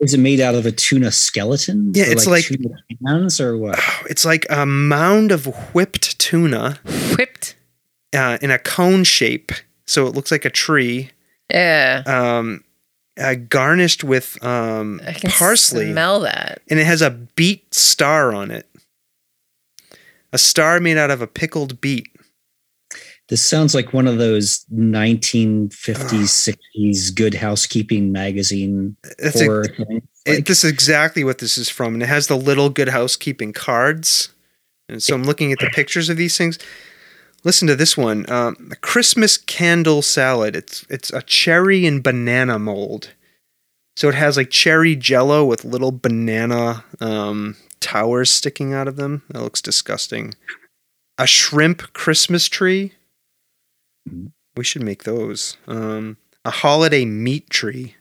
D: Is it made out of a tuna skeleton?
A: Yeah,
D: Or
A: it's like-
D: tuna hands or what?
A: It's like a mound of whipped tuna
B: Whipped.
A: uh, in a cone shape, so it looks like a tree.
B: Yeah.
A: Um, uh, garnished with um,
B: I can
A: parsley.
B: smell that.
A: and it has a beet star on it. A star made out of a pickled beet.
D: This sounds like one of those 1950s, 60s Good Housekeeping magazine
A: That's a-
D: horror things.
A: it-
D: Like,
A: this is exactly what this is from, and it has the little good housekeeping cards. And so I'm looking at the pictures of these things. Listen to this one: um, a Christmas candle salad. It's it's a cherry and banana mold. So it has like cherry jello with little banana um, towers sticking out of them. That looks disgusting. A shrimp Christmas tree.
D: Mm-hmm.
A: We should make those. Um, a holiday meat tree.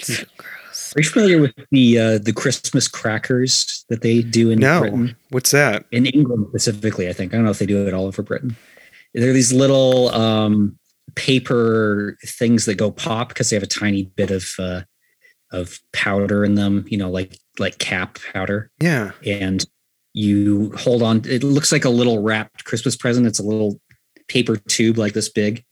B: So gross.
D: are you familiar with the uh, the Christmas crackers that they do in
A: No.
D: Britain?
A: What's that?
D: In England specifically, I think. I don't know if they do it all over Britain. They're these little um, paper things that go pop because they have a tiny bit of uh, of powder in them, you know, like like cap powder.
A: Yeah.
D: and you hold on. It looks like a little wrapped Christmas present. It's a little paper tube like this big,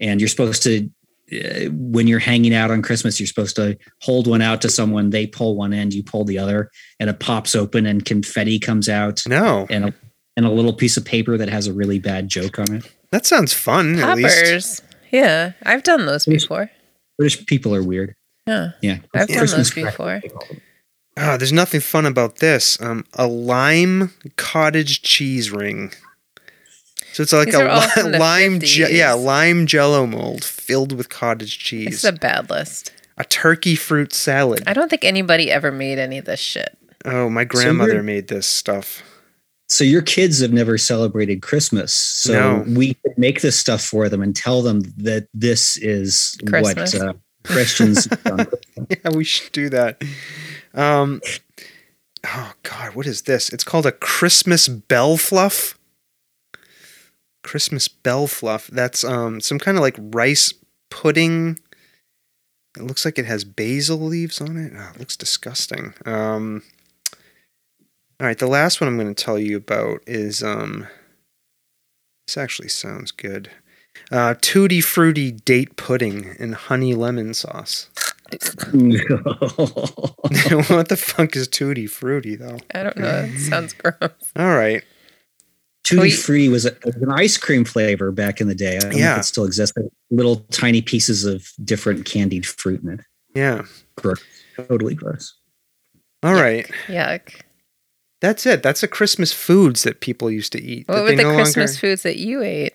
D: and you're supposed to. Uh, when you're hanging out on Christmas, you're supposed to hold one out to someone. They pull one end, you pull the other, and it pops open, and confetti comes out,
A: No,
D: and a, and a little piece of paper that has a really bad joke on it.
A: that sounds fun. At least
B: Poppers. Yeah. I've done those before.
D: British people are weird.
B: Yeah.
D: Yeah,
B: I've done those
D: Christmas
B: before.
D: crack-
A: Ah, there's nothing fun about this. Um, a lime cottage cheese ring. So it's like
B: These
A: a
B: are all
A: li-
B: from the
A: lime, je-
B: 50s.
A: yeah, lime Jello mold filled with cottage cheese.
B: It's
A: A-,
B: a bad list.
A: turkey fruit salad.
B: I don't think anybody ever made any of this shit.
A: Oh, my
D: we're-
A: grandmother made this stuff.
D: So your kids have never celebrated Christmas. So
A: No.
D: we could make this stuff for them and tell them that this is
B: Christmas.
D: what uh, Christians. have done.
A: Yeah, we should do that. Um, oh God, what is this? It's called a Christmas bell fluff. Christmas bell fluff. That's um some kind of like rice pudding. It looks like it has basil leaves on it. Oh, it looks disgusting. Um, all right, the last one I'm going to tell you about is um. This actually sounds good. Uh, tutti frutti date pudding and honey lemon sauce. what the fuck is tutti frutti though?
B: I don't know. It sounds gross.
A: All right.
D: Tutti
B: Sweet.
D: Frutti was, a, was an ice cream flavor back in the day. I don't know
A: Yeah.
D: if it still exists. They're Little tiny pieces of different candied fruit in it.
A: Yeah.
D: Gross. Totally gross.
A: All right.
B: Yuck.
A: That's it. That's the Christmas foods that people used to eat. that
B: What were
A: they
B: the
A: no
B: Christmas
A: longer-
B: foods that you ate?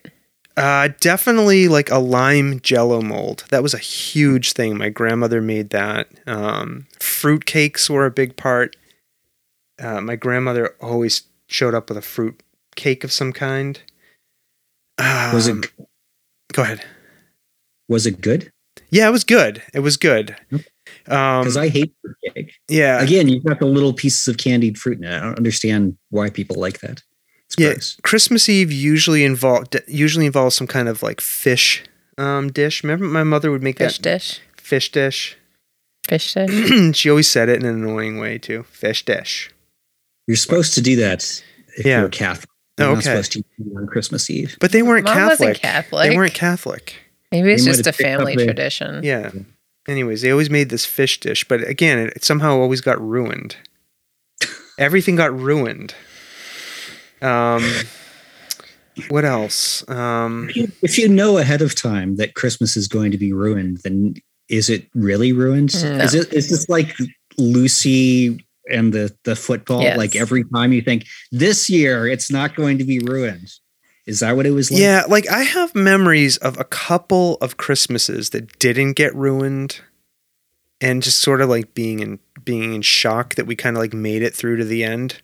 A: Uh, definitely like a lime jello mold. That was a huge thing. My grandmother made that. Um, fruit cakes were a big part. Uh, my grandmother always showed up with a fruit cake of some kind.
D: Was
A: Um,
D: it
A: Go ahead.
D: was it good?
A: Yeah, it was good. It was good. Um, uh,
D: Because I hate fruit cake.
A: yeah.
D: Again, you've got the little pieces of candied fruit in it. I don't understand why people like that. It's
A: Yeah.
D: gross.
A: Christmas Eve usually involve usually involves some kind of like fish um, dish. Remember, my mother would make
B: Fish
A: that
B: dish.
A: fish dish.
B: Fish dish.
A: she always said it in an annoying way too. Fish dish.
D: You're supposed to do that if
A: Yeah.
D: you're a Catholic. You're not
A: Okay.
D: supposed to eat it on Christmas Eve.
A: But they weren't
B: Mom
A: Catholic.
B: wasn't Catholic.
A: They weren't Catholic. Mm-hmm.
B: Maybe it's
D: They might
B: just a
D: have picked up
B: family
D: the-
B: tradition.
A: Yeah. Anyways, they always made this fish dish, but again, it, it somehow always got ruined. Everything got ruined. Um, what else? Um,
D: If you- If you know ahead of time that Christmas is going to be ruined, then is it really ruined?
B: Mm, No.
D: Is it is this like Lucy and the the football?
B: Yes.
D: Like every time you think this year it's not going to be ruined. Is that what it was like?
A: yeah, like I have memories of a couple of Christmases that didn't get ruined, and just sort of like being in being in shock that we kind of like made it through to the end,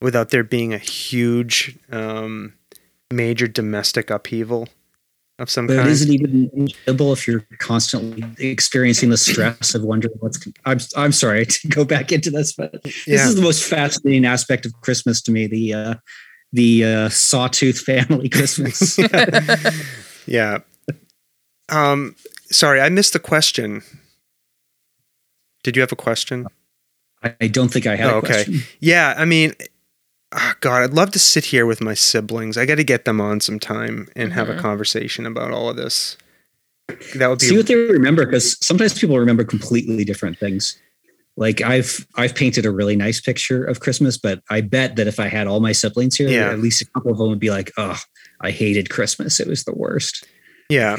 A: without there being a huge, um, major domestic upheaval of some
D: But
A: kind.
D: is it even enjoyable if you're constantly experiencing the stress of wondering what's? I'm I'm sorry to go back into this, but this
A: Yeah.
D: is the most fascinating aspect of Christmas to me. The uh, the uh, sawtooth family Christmas.
A: yeah. Um, sorry, I missed the question. Did you have a question?
D: I I don't think I had.
A: Oh,
D: a
A: okay.
D: question.
A: Yeah, I mean, ah, God, I'd love to sit here with my siblings. I got to get them on sometime and have a
B: Mhm.
A: conversation about all of this. That would be
D: See what they remember because sometimes people remember completely different things. Like I've I've painted a really nice picture of Christmas, but I bet that if I had all my siblings here,
A: Yeah.
D: at least a couple of them would be like, "Oh, I hated Christmas. It was the worst."
A: yeah.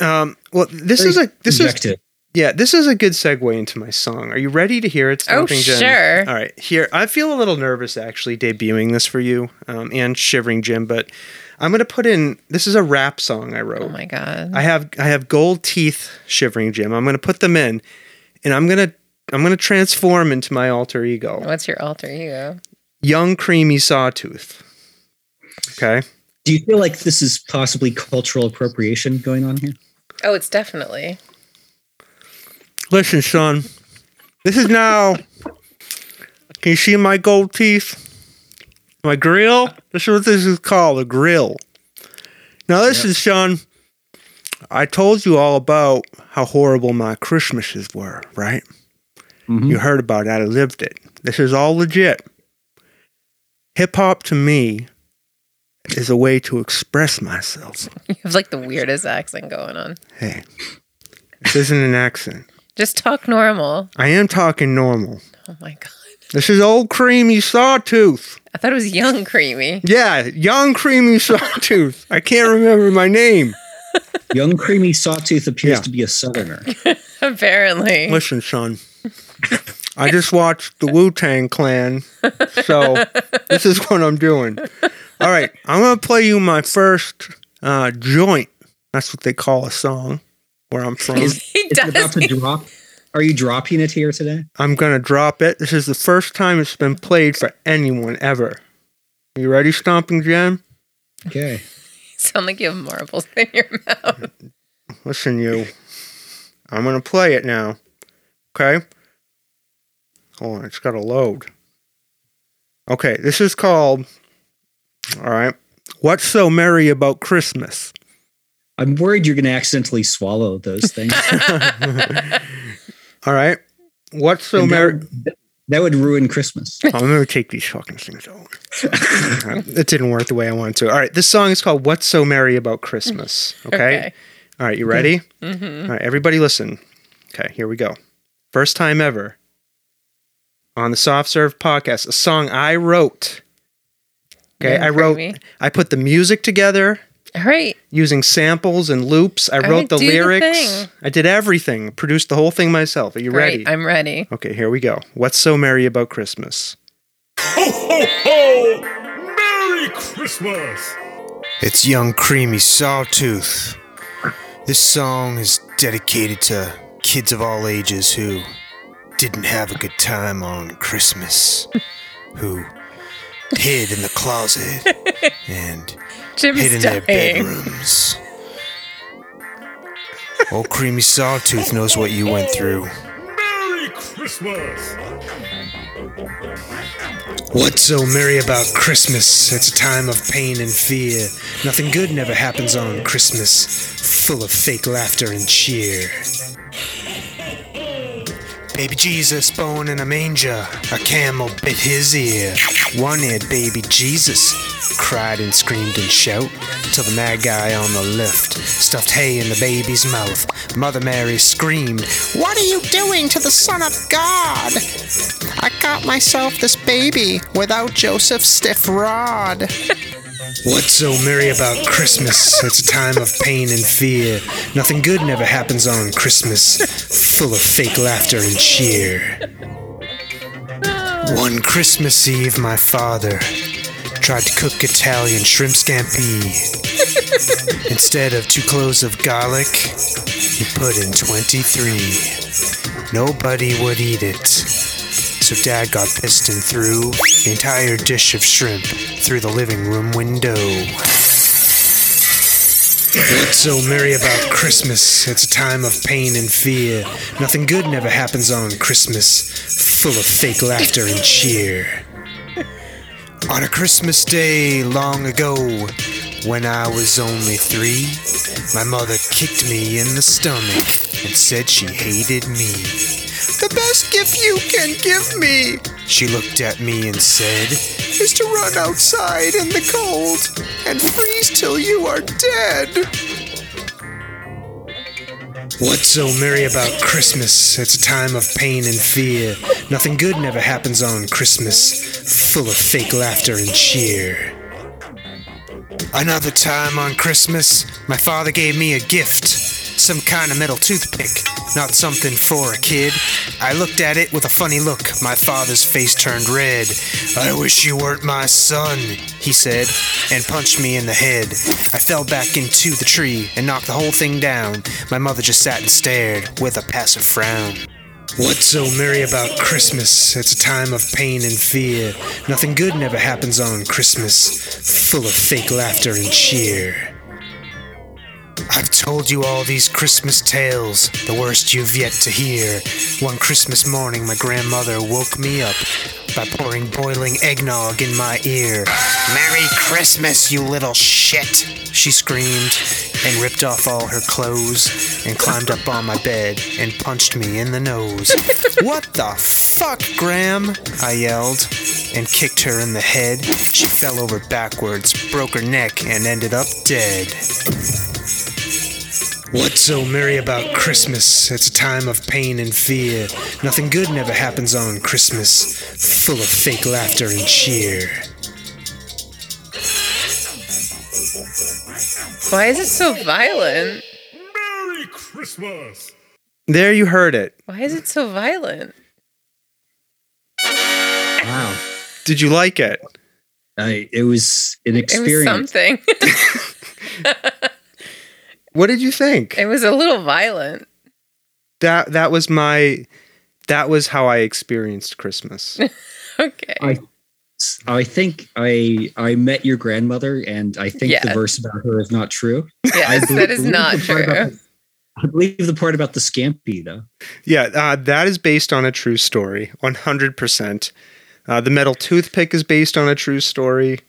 A: Um, well, this is a this is
D: Objective.
A: yeah this is a good segue into my song. Are you ready to hear it?
B: Oh,
A: Stomping Jen?
B: sure.
A: All right, here I feel a little nervous actually debuting this for you um, and Shivering Jim, but I'm gonna put in. This is a rap song I wrote.
B: Oh my god.
A: I have I have gold teeth, Shivering Jim. I'm gonna put them in, and I'm gonna I'm gonna transform into my alter ego.
B: What's your alter ego?
A: young creamy sawtooth. Okay.
D: Do you feel like this is possibly cultural appropriation going on here?
B: Oh, it's definitely.
A: Listen, son. This is now. Can you see my gold teeth? My grill? This is what this is called a grill. Now, listen, son. I told you all about how horrible my Christmases were, right? You heard about it. I lived it. This is all legit. Hip hop to me is a way to express myself.
B: You have like the weirdest accent going on.
A: Hey, this isn't an accent.
B: Just talk normal.
A: I am talking normal.
B: Oh my god.
A: This is old creamy sawtooth.
B: I thought it was young creamy.
A: Yeah, young creamy sawtooth. I can't remember my name.
D: Young creamy sawtooth appears
A: Yeah.
D: to be a southerner.
B: Apparently.
A: Listen, son. I just watched the Wu Tang Clan, so this is what I'm doing. All right, I'm gonna play you my first uh, joint. That's what they call a song where I'm from.
B: he
D: Is it about
B: does.
D: to drop? Are you dropping it here today?
A: I'm gonna drop it. This is the first time it's been played for anyone ever. You ready, Stomping Jam?
D: Okay.
B: sound like you have marbles in your mouth.
A: Listen, you. I'm gonna play it now. Okay? Hold on, it's gotta load. Okay, this is called. Alright. What's so merry about Christmas?
D: I'm worried you're going to accidentally swallow those things.
A: Alright. What's so
D: And that
A: merry.
D: would- that would ruin Christmas.
A: I'm gonna take these fucking things out. it didn't work the way I wanted to. Alright, this song is called What's So Merry About Christmas. okay. All right, you ready?
B: Mm-hmm.
A: All right, everybody listen. Okay, here we go. First time ever on the Soft Serve podcast, a song I wrote Okay,
B: Been
A: I wrote,
B: creamy.
A: I put the music together
B: All right.
A: using samples and loops. I
B: I
A: wrote the
B: do the
A: lyrics.
B: thing.
A: I did everything, produced the whole thing myself. Are you
B: Great.
A: ready?
B: I'm ready.
A: okay, here we go. What's so merry about Christmas?
C: Ho, ho, ho! Merry Christmas!
F: It's Young Creamy Sawtooth. This song is dedicated to kids of all ages who didn't have a good time on Christmas, who hid in the closet and hid in
B: Jim's
F: their
B: dying.
F: bedrooms. Old Creamy Sawtooth knows what you went through.
C: Merry Christmas!
F: What's so merry about Christmas? It's a time of pain and fear. Nothing good never happens on Christmas, full of fake laughter and cheer. Baby Jesus born in a manger, a camel bit his ear. One eared baby Jesus cried and screamed and shout till the mad guy on the left stuffed hay in the baby's mouth. Mother Mary screamed,
E: What are you doing to the Son of God? I got myself this baby without Joseph's stiff rod.
F: What's so merry about Christmas? It's a time of pain and fear. Nothing good never happens on Christmas, full of fake laughter and cheer. One Christmas Eve, my father tried to cook Italian shrimp scampi. Instead of two cloves of garlic, he put in 23. Nobody would eat it. So Dad got pissed and threw the entire dish of shrimp through the living room window. What's so merry about Christmas? It's a time of pain and fear. Nothing good never happens on Christmas, full of fake laughter and cheer. On a Christmas day long ago, when I was only three, my mother kicked me in the stomach and said she hated me. The best gift you can give me, she looked at me and said, is to run outside in the cold and freeze till you are dead. What's so merry about Christmas? It's a time of pain and fear. Nothing good never happens on Christmas, full of fake laughter and cheer. Another time on Christmas, my father gave me a gift. Some kind of metal toothpick, not something for a kid. I looked at it with a funny look. My father's face turned red. I wish you weren't my son, he said, and punched me in the head. I fell back into the tree and knocked the whole thing down. My mother just sat and stared with a passive frown. What's so merry about Christmas? It's a time of pain and fear. Nothing good never happens on Christmas, full of fake laughter and cheer. I've told you all these Christmas tales, the worst you've yet to hear. One Christmas morning, my grandmother woke me up by pouring boiling eggnog in my ear. Merry Christmas, you little shit! She screamed and ripped off all her clothes and climbed up on my bed and punched me in the nose. what the fuck, Graham? I yelled and kicked her in the head. She fell over backwards, broke her neck, and ended up dead. What's so merry about Christmas? It's a time of pain and fear. Nothing good never happens on Christmas, full of fake laughter and cheer.
B: Why is it so violent?
C: Merry Christmas!
A: There you heard it.
B: Why is it so violent?
D: Wow.
A: Did you like it?
D: I, it was an
B: It was
D: experience.
B: something.
A: What did you think?
B: it was a little violent.
A: That that was my that was how I experienced Christmas.
B: Okay.
D: I think I I met your grandmother, and I think the
B: Yeah.
D: verse about her is not true. I
B: Yes,
D: bel-
B: that is
D: believe
B: not
D: the part
B: true.
D: about the- I believe the part about the scampi, though.
A: yeah, uh, that is based on a true story, one hundred percent. Uh, The metal toothpick is based on a true story.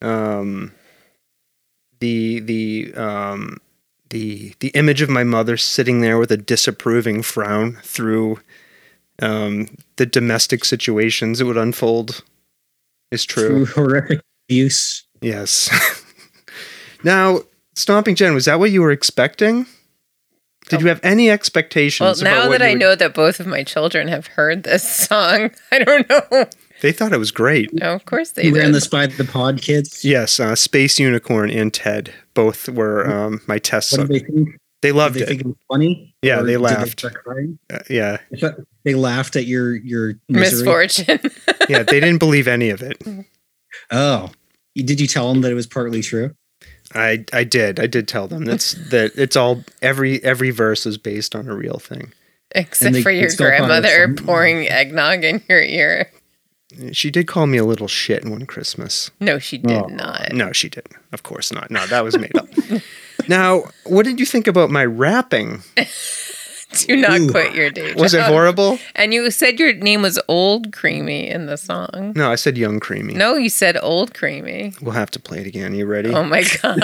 A: Um, the the um, the the image of my mother sitting there with a disapproving frown through um, the domestic situations it would unfold is true.
D: Through horrific abuse.
A: Yes. now, Stomping Jen, was that what you were expecting? Did you have any expectations?
B: Oh. well,
A: about
B: now
A: what
B: that
A: you
B: I
A: would-
B: know that both of my children have heard this song, I don't know.
A: They thought it was great.
B: No, of course they
D: You
B: did.
D: ran this by the pod kids.
A: Yes, uh, Space Unicorn and Ted both were um, my test.
D: What
A: sub-
D: did they think?
A: They
D: Did
A: loved
D: they
A: it.
D: think it was funny?
A: Yeah,
D: Or
A: they
D: did
A: laughed.
D: start crying?
A: Uh, yeah,
D: I thought They laughed at your your misery.
B: Misfortune.
A: yeah. They didn't believe any of it.
D: Oh, You- did you tell them that it was partly true?
A: I I did. I did tell them that's that it's all every every verse is based on a real thing.
B: Except
D: they-
B: for your
D: it's still part of
B: grandmother
D: some-
B: pouring eggnog in your ear.
A: She did call me a little shit one Christmas.
B: No, she did
D: Oh.
B: not.
A: No, she didn't. Of course not. No, that was made up. now, what did you think about my rapping?
B: Do not
D: Ooh.
B: quit your day
A: Was it
B: job.
A: horrible?
B: And you said your name was Old Creamy in the song.
A: No, I said young creamy.
B: No, you said Old Creamy.
A: We'll have to play it again. You ready?
B: Oh my god!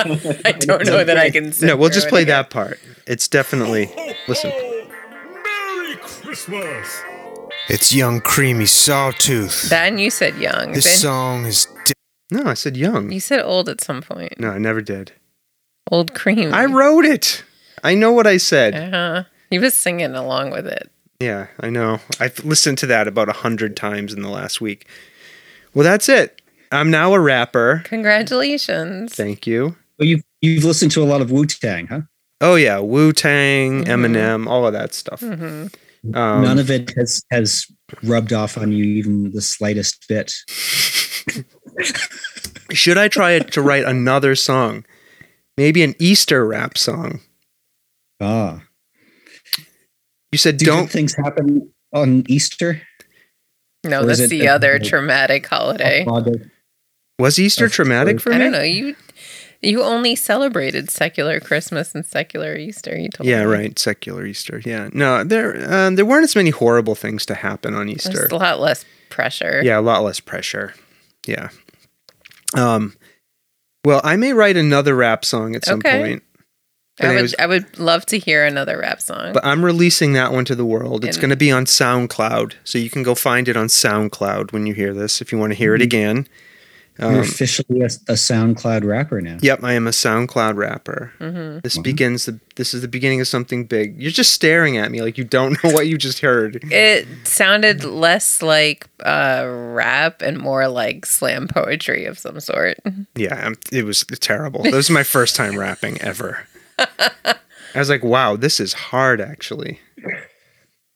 B: I don't know that I can. sit
A: no, we'll
B: through
A: just
B: it
A: play
B: again.
A: that part. It's definitely listen.
C: Ho, ho, Merry Christmas!
F: It's Young Creamy Sawtooth.
B: Then you said young.
F: This
B: then
F: song is d-
A: No, I said young.
B: you said old at some point.
A: No, I never did.
B: Old Creamy.
A: I wrote it. I know what I said.
B: Uh-huh. He was singing along with it.
A: Yeah, I know. I've listened to that about a hundred times in the last week. Well, that's it. I'm now a rapper.
B: Congratulations.
A: Thank you.
D: Well, you've you've listened to a lot of Wu Tang, huh?
A: Oh yeah, Wu Tang, Eminem, all of that stuff.
B: Mhm.
A: Um,
D: None of it has has rubbed off on you even the slightest bit.
A: Should I try to write another song? Maybe an Easter rap song.
D: Ah,
A: You said
D: do
A: don't
D: good things happen on Easter?
B: No,
D: Or is
B: that's
D: it
B: the
D: a-
B: other traumatic holiday.
D: Holiday.
A: was Easter
D: Of
A: traumatic
D: course.
A: for
B: I
A: me?
B: don't know. You you only celebrated secular Christmas and secular Easter. You told
A: Yeah,
B: me.
A: right. Secular Easter. Yeah. No, there uh, there weren't as many horrible things to happen on Easter.
B: There's a lot less pressure.
A: Yeah, a lot less pressure. Yeah. Um well, I may write another rap song at some
B: Okay.
A: point,
B: I
A: and it
B: would
A: was-
B: I would love to hear another rap song.
A: but I'm releasing that one to the world. It's
B: And-
A: going to be on SoundCloud, so you can go find it on SoundCloud when you hear this if you want to hear it again.
D: Mm-hmm. You're
A: Um,
D: officially a, a SoundCloud rapper now.
A: Yep, I am a SoundCloud rapper.
B: Mhm.
A: This
D: Wow.
A: begins the this is the beginning of something big. You're just staring at me like you don't know what you just heard.
B: It sounded less like uh, rap and more like slam poetry of some sort.
A: Yeah, I'm, it was terrible. That was my first time rapping ever. I was like, wow, this is hard actually.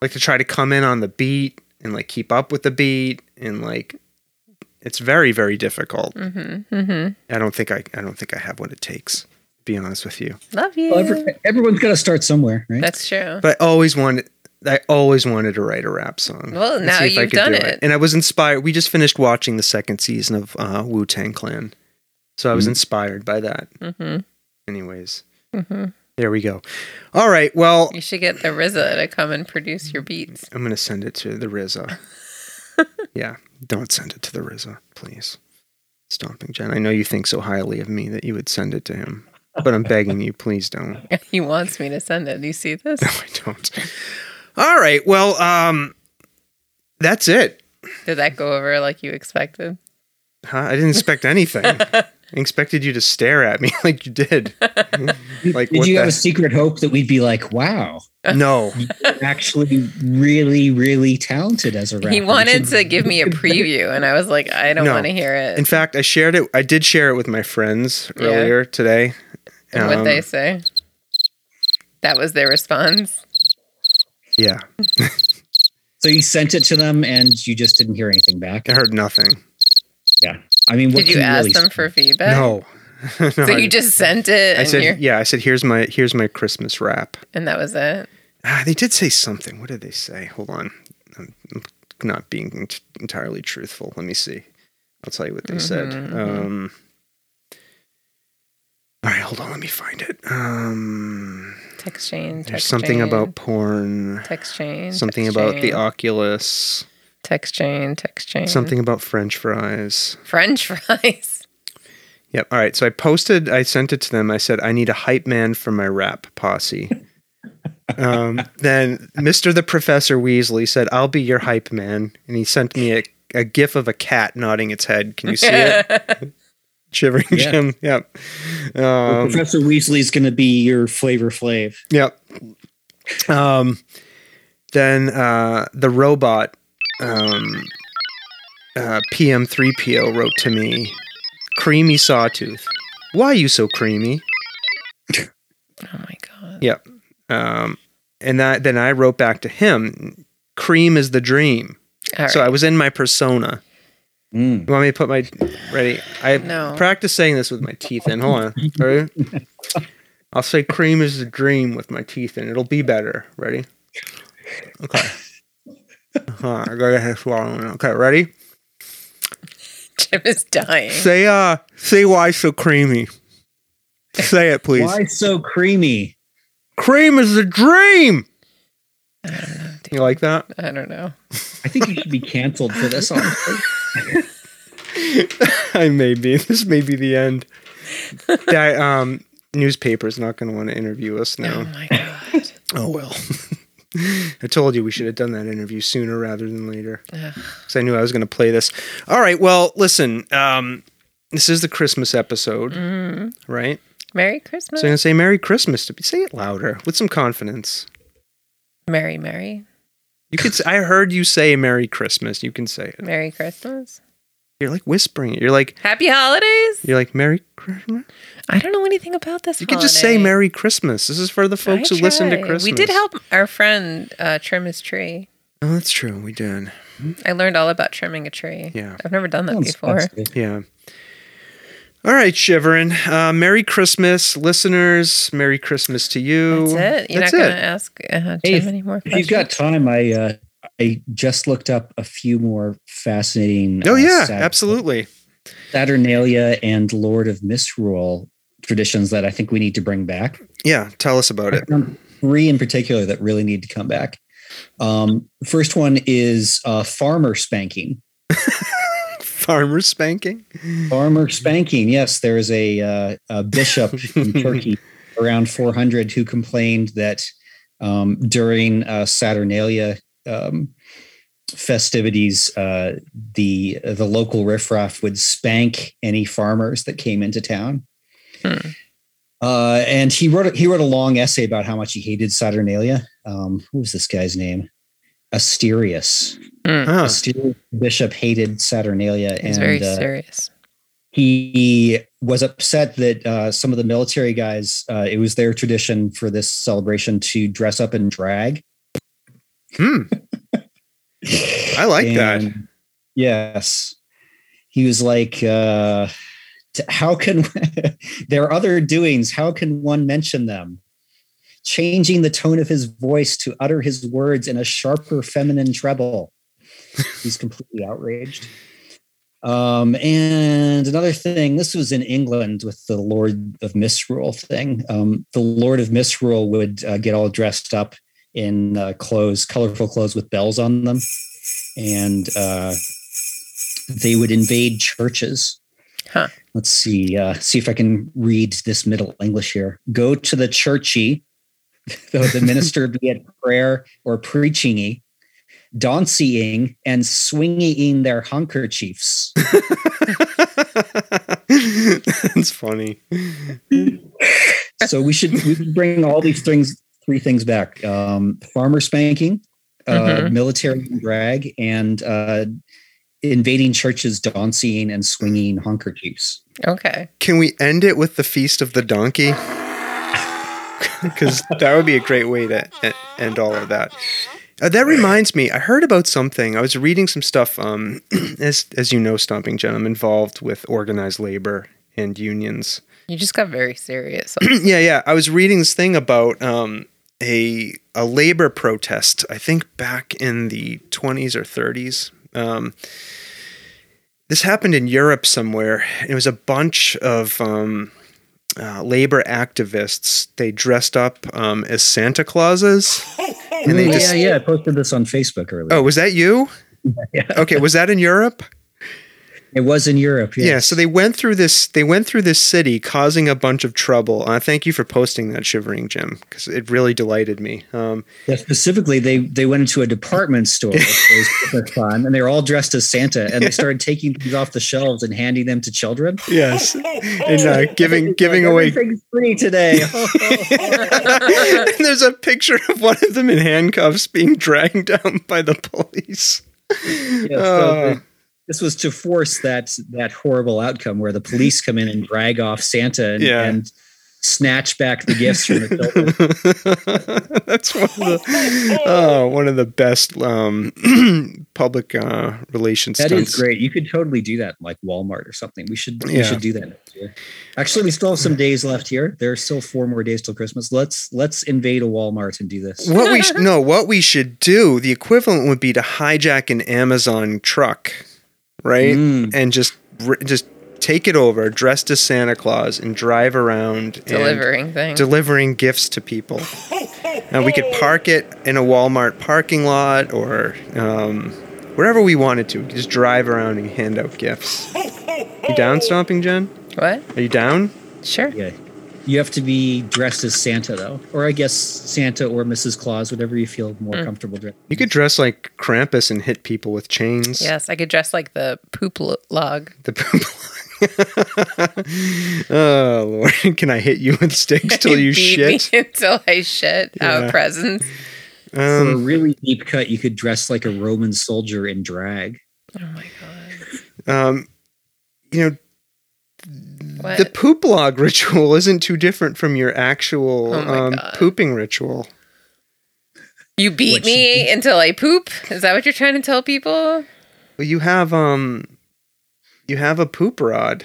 A: Like to try to come in on the beat and like keep up with the beat and like it's very very difficult.
B: Mm-hmm. Mm-hmm.
A: I don't think I I don't think I have what it takes. To be honest with you,
B: Love you.
D: Well, every, everyone's got to start somewhere, right?
B: That's true.
A: but I always wanted I always wanted to write a rap song.
B: Well,
A: and
B: now
A: see if I
B: you've
A: could
B: done
A: do
B: it.
A: and I was inspired. We just finished watching the second season of uh, Wu Tang Clan, so I was
B: Mm.
D: Mhm.
A: inspired by that.
B: Mm-hmm.
A: Anyways,
B: Mm-hmm.
A: There we go. All right. Well,
B: You should get the RZA to come and produce your beats.
A: I'm going to send it to the Rizza. yeah. Don't send it to the Rizza, please. Stomping Jen, I know you think so highly of me that you would send it to him, but I'm begging you, please don't.
B: He wants me to send it. Do you see this?
A: No, I don't. All right. Well, um, that's it.
B: Did that go over like you expected?
A: Huh? I didn't expect anything. I expected you to stare at me like you did. Like,
D: Did
A: what
D: you
A: the-
D: have a secret hope that we'd be like, wow,
A: No.
D: you're actually really, really talented as a rapper?
B: He
D: You
B: wanted
D: should-
B: to give me a preview, and I was like, I don't
A: No.
B: want to hear it.
A: In fact, I shared it. I did share it with my friends
B: Yeah.
A: earlier today.
B: and what
A: Um,
B: they say. That was their response.
A: Yeah.
D: So you sent it to them, and you just didn't hear anything back.
A: I heard nothing.
D: Yeah, I mean, what
B: Did you
D: can
B: ask
D: really
B: them
D: say?
B: for feedback?
A: no. No,
B: Uh, So
A: I-
B: you just sent it,
A: I
B: and,
A: said,
B: you're-
A: yeah, I said, here's my here's my Christmas wrap.
B: and that was it.
A: Ah, they did say something. What did they say? Hold on, I'm I'm not being ent- entirely truthful. Let me see. I'll tell you what they
B: Mhm,
A: said.
B: mhm.
A: Um, all right, hold on. Let me find it. Um,
B: Text chain.
A: there's
B: text
A: something
B: chain,
A: about porn.
B: text chain.
A: Something
B: text
A: about the
B: chain, Mm-hmm.
A: Oculus.
B: text chain. Text chain.
A: Something about French fries.
B: French fries.
A: Yep. All right. So I posted. I sent it to them. I said I need a hype man for my rap posse. um, then Mr. the Professor Weasley said, "I'll be your hype man," and he sent me a, a gif of a cat nodding its head. Can you see it? Shivering
D: Yeah.
A: Jim. Yep.
D: Well,
A: Um,
D: Professor Weasley's going to be your Flavor Flav.
A: yep. Um, then uh, the robot. Um, uh, PM3PO wrote to me, "Creamy sawtooth. Why you so creamy?"
B: Oh my god.
A: Yep. Um, and that then I wrote back to him, "Cream is the dream."
B: All
A: So
B: right.
A: I was in my persona.
D: Mm.
A: You want me to put my ready? I
B: No.
A: practice saying this with my teeth in. Hold on. Ready? I'll say cream is the dream with my teeth in. It'll be better. Ready? Okay. Uh-huh, I gotta have swallowing. Okay, ready?
B: Jim is dying.
A: Say uh say why so creamy. Say it please.
D: Why so creamy?
A: Cream is the dream.
B: I don't know. dude.
A: You like that?
B: I don't know.
D: I think you should be canceled for this. honestly.
A: I may be. This may be the end. That um newspaper's not gonna want to interview us now.
B: Oh my god.
A: Oh well. I told you we should have done that interview sooner rather than later.
B: Ugh.
A: Because I knew I was going to play this. All right. Well, listen. Um, this is the Christmas episode, right?
B: Mm. Merry Christmas.
A: So I'm going to say Merry Christmas. To be, say it louder with some confidence.
B: Merry Merry.
A: You could. Say, I heard you say Merry Christmas. You can say it.
B: Merry Christmas.
A: You're like whispering it. You're like
B: Happy holidays.
A: you're like Merry Christmas.
B: I don't know anything about this.
A: You could just say
B: holiday.
A: Merry Christmas. This is for the folks
B: I
A: who listen to
B: tried.
A: Christmas.
B: We did help our friend uh, trim his tree.
A: Oh, that's true. We did.
B: I learned all about trimming a tree.
A: Yeah.
B: I've never done that
D: Sounds
B: before.
D: festive.
A: Yeah. All right, Shiverin. Uh, Merry Christmas, listeners. Merry Christmas to you.
B: That's it. You're
A: That's
B: not
A: it.
B: going to ask uh, Jim
D: Hey,
B: any more
D: If you've
B: questions.
D: got time, I uh, I just looked up a few more fascinating.
A: Oh
D: uh,
A: yeah,
D: Sat-
A: absolutely.
D: Saturnalia and Lord of Misrule traditions that I think we need to bring back.
A: Yeah, tell us about it.
D: Um, Three in particular that really need to come back. Um, first one is uh, farmer spanking.
A: Farmer spanking.
D: Farmer spanking. Yes, there is a, uh, a bishop in Turkey around 400 who complained that um, during uh, Saturnalia um, festivities, uh, the the local riffraff would spank any farmers that came into town.
B: Hmm.
D: Uh, and he wrote he wrote a long essay about how much he hated Saturnalia. Um, what was this guy's name? Asterius.
B: Mm.
A: Huh.
D: Asterius bishop hated Saturnalia,
B: He's
D: and
B: very
D: uh,
B: serious.
D: he was upset that uh, some of the military guys uh, it was their tradition for this celebration to dress up in drag
A: Hmm. I like that.
D: And- yes he was like uh, t- how can there are other doings how can one mention them changing the tone of his voice to utter his words in a sharper feminine treble he's completely outraged um, and another thing this was in england with the lord of misrule thing um, the lord of misrule would uh, get all dressed up in uh, clothes colorful clothes with bells on them and uh, they would invade churches.
B: Huh.
D: Let's see. Uh, see if I can read this Middle English here. Go to the churchy, though the minister be at prayer or preachingy, dancing and swinging their handkerchiefs.
A: That's funny.
D: so we should we should bring all these things, three things back: um, farmer spanking, uh,
B: Mhm.
D: military drag, and uh, invading churches, dancing and swinging handkerchiefs.
B: Okay.
A: Can we end it with the feast of the donkey? Because that would be a great way to e- end all of that. Uh, that reminds me, I heard about something. I was reading some stuff. Um, as as you know, Stomping Jen, I'm involved with organized labor and unions.
B: You just got very serious.
A: yeah, yeah. I was reading this thing about um, a a labor protest. I think back in the 20s or 30s. Um, this happened in Europe somewhere. It was a bunch of um, uh, labor activists. They dressed up um, as Santa Clauses. And they
D: yeah,
A: just-
D: yeah, I posted this on Facebook earlier.
A: Oh, was that you?
D: Yeah.
A: Okay, was that in Europe?
D: It was in Europe. Yes.
A: Yeah, so they went through this. They went through this city, causing a bunch of trouble. Uh, thank you for posting that, shivering Jim, because it really delighted me. Um,
D: Yeah, specifically, they they went into a department store. It was Christmas time, and they were all dressed as Santa, and they started taking things off the shelves and handing them to children.
A: yes, and uh, giving giving
D: Like,
A: away.
D: everything's free today.
A: and there's a picture of one of them in handcuffs being dragged down by the police.
D: Yeah, so
A: Oh,
D: this was to force that that horrible outcome where the police come in and drag off Santa and,
A: Yeah.
D: and snatch back the gifts from the children.
A: That's one of the oh, one of the best um, public uh, relations
D: That
A: stunts.
D: is great. You could totally do that, in, like Walmart or something. We should
A: Yeah.
D: we should do that next year. Actually, we still have some days left here. There are still four more days till Christmas. Let's let's invade a Walmart and do this.
A: What we sh- no, what we should do, the equivalent would be to hijack an Amazon truck, right?
D: Mm.
A: And just r- just take it over, dressed as Santa Claus, and drive around and
B: delivering things.
A: delivering gifts to people. And we could park it in a Walmart parking lot or um, wherever we wanted to. We could just drive around and hand out gifts. You down, Stomping Jen?
B: what?
A: Are you down?
B: Sure.
D: Yeah. You have to be dressed as Santa though. Or I guess Santa or Mrs. Claus, whatever you feel more comfortable dressing.
A: You could dress like Krampus and hit people with chains.
B: Yes, I could dress like the poop lo- log.
A: The poop. oh Lord, can I hit you with sticks till you
B: Beat
A: shit?
B: Me until I shit
A: Yeah.
B: out presents.
D: For a
A: Um,
D: really deep cut, you could dress like a Roman soldier in drag.
B: Oh my god.
A: um, you know,
B: What?
A: the poop log ritual isn't too different from your actual
B: Oh my
A: um,
B: God.
A: pooping ritual.
B: you beat
D: What
B: me until I poop? Is that what you're trying to tell people?
A: Well, you have um, you have a poop rod.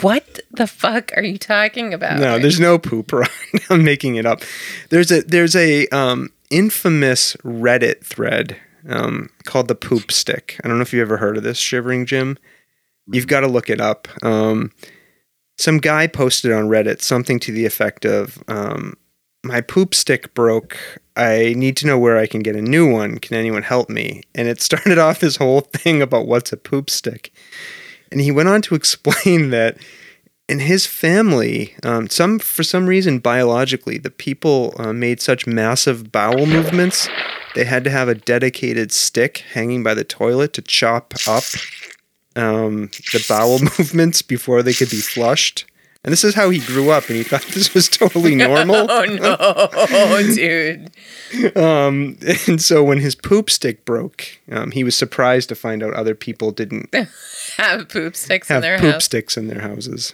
B: What the fuck are you talking about?
A: No, there's no poop rod. I'm making it up. There's a there's a um, infamous Reddit thread um, called the poop stick. I don't know if you've ever heard of this, Shivering Jim. You've got to look it up. Um, some guy posted on Reddit something to the effect of um, my poop stick broke. I need to know where I can get a new one. Can anyone help me? And it started off this whole thing about what's a poop stick. And he went on to explain that in his family, um, some for some reason biologically, the people uh, made such massive bowel movements, they had to have a dedicated stick hanging by the toilet to chop up um, the bowel movements before they could be flushed. And this is how he grew up, and he thought this was totally normal.
B: Oh no, dude.
A: Um, and so when his poop stick broke, um, he was surprised to find out other people didn't
B: Have poop sticks in
A: have
B: their
A: poop
B: house.
A: sticks in their houses.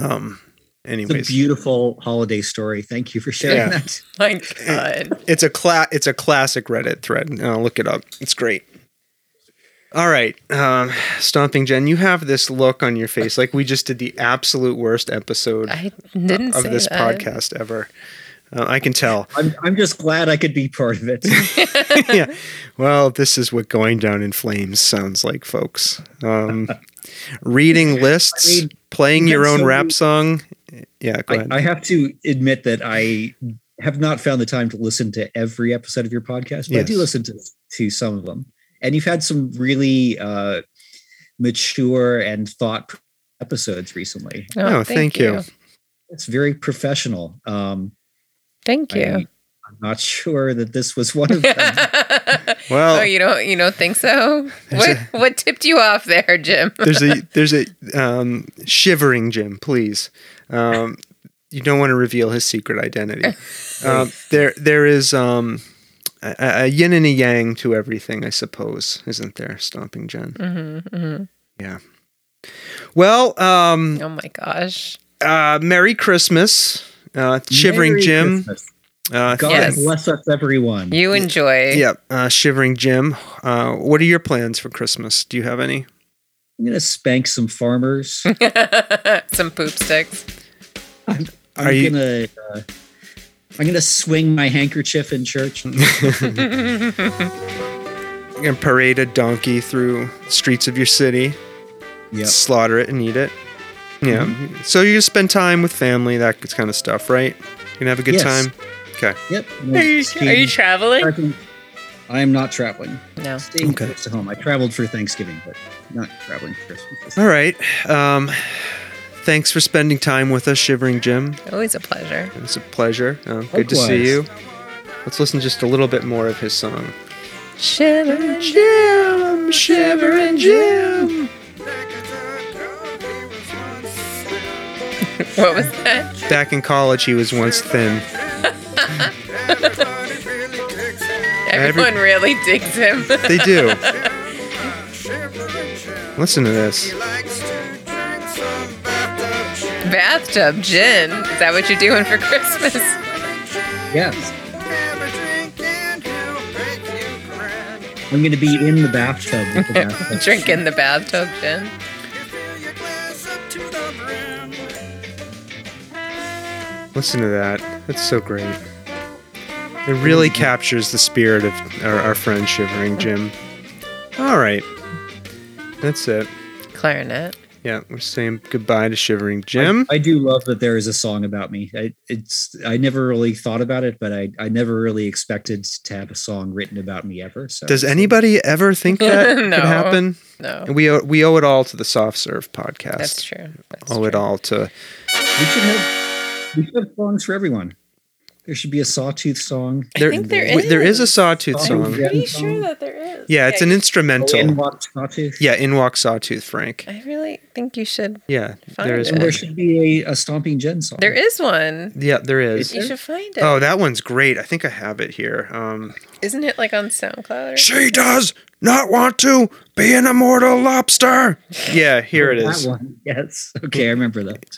A: Um,
D: It's a
A: anyways,
D: beautiful holiday story. Thank you for sharing
A: Yeah.
D: that.
B: My god.
A: it's a cla- it's a classic Reddit thread. Uh, look it up. It's great. All right, um, Stomping Jen, you have this look on your face like we just did the absolute worst episode
B: I didn't
A: of
B: say
A: this
B: that.
A: podcast ever. Uh, I can tell.
D: I'm, I'm just glad I could be part of it.
A: yeah. Well, this is what going down in flames sounds like, folks. Um, reading lists,
D: I mean,
A: playing your
D: that's
A: own
D: so
A: rap
D: we-
A: song. Yeah, go
D: I,
A: ahead.
D: I have to admit that I have not found the time to listen to every episode of your podcast, but I do
A: Yes.
D: listen to, to some of them. And you've had some really uh, mature and thought episodes recently.
B: Oh,
A: No, thank you.
D: It's very professional. Um,
B: Thank
D: I-
B: you.
D: I'm not sure that this was one of them.
A: well,
B: oh, you don't you don't think so? What
A: um, a-
B: what tipped you off there, Jim?
A: there's a there's a um, shivering Jim, please. Um, you don't want to reveal his secret identity. Um, there there is um, a, a yin and a yang to everything, I suppose, isn't there? Stomping Jen. Mm-hmm, Yeah. Well, um,
B: Oh my gosh.
A: uh, Merry Christmas, uh, Shivering
D: Merry
A: Jim.
D: Christmas.
A: Uh,
D: God
B: Yes.
D: bless us, everyone.
B: You enjoy.
A: yeah, uh, Shivering Jim. Uh, what are your plans for Christmas? Do you have any?
D: I'm going to spank some farmers.
B: Some poop sticks.
D: I'm
A: Are you-
D: gonna uh, I'm gonna swing my handkerchief in church.
A: You're gonna parade a donkey through the streets of your city,
D: yep. Mm-hmm.
A: slaughter it and eat it. Yeah. So you just spend time with family, that kind of stuff, right? You're gonna have a good
D: Yes.
A: time. Okay.
D: Yep.
B: Are you, are you traveling?
D: traveling? I am not traveling.
B: No.
D: Staying
A: Okay.
D: close to home. I traveled for Thanksgiving, but not traveling for Christmas.
A: All right. Um, thanks for spending time with us, Shivering Jim.
B: Always a pleasure.
A: It's a pleasure. Uh, good to see
D: Likewise.
A: you. Let's listen just a little bit more of his song.
B: Shiver.
A: Jim, Shivering Jim.
B: What was that?
A: Back in college, he was once thin.
B: Everyone really digs him.
A: They do. Listen to this.
B: Bathtub gin. Is that what you're doing for Christmas?
D: Yes. I'm going to be in the bathtub. With the bathtub.
B: Drinking the bathtub gin.
A: Listen to that. That's so great. It really captures the spirit of our, our friend Shivering Jim. All right. That's it.
B: Clarinet.
A: Yeah, we're saying goodbye to Shivering Jim.
D: I do love that there is a song about me. I, it's I never really thought about it, but I, I never really expected to have a song written about me ever. So
A: Does anybody ever think that
B: No.
A: could happen?
B: No.
A: And we owe, we owe it all to the Soft Serve podcast.
B: That's true. That's
A: Owe Oh, it
B: true.
A: all to
D: we should have we should have songs for everyone. There should be a sawtooth song.
B: I
A: there.
B: think there
A: w- there is a
B: is.
A: Sawtooth
D: Oh,
A: song.
D: yeah.
A: Yeah,
B: Pretty sure that there is.
A: it's an instrumental.
D: Oh, And walk sawtooth.
A: yeah, in walk Sawtooth Frank.
B: Oh, I really think you should.
A: Yeah,
B: Find
A: there is.
B: it.
D: And
A: one.
D: there should be a, a stomping gen song.
B: There is one.
A: Yeah, there is.
B: You should find it.
A: Oh, that one's great. I think I have it here. Um,
B: Isn't it like on SoundCloud? Or
A: she does not want to be an immortal lobster. Yeah, here it
D: that
A: is.
D: one. Yes. Okay, I remember that.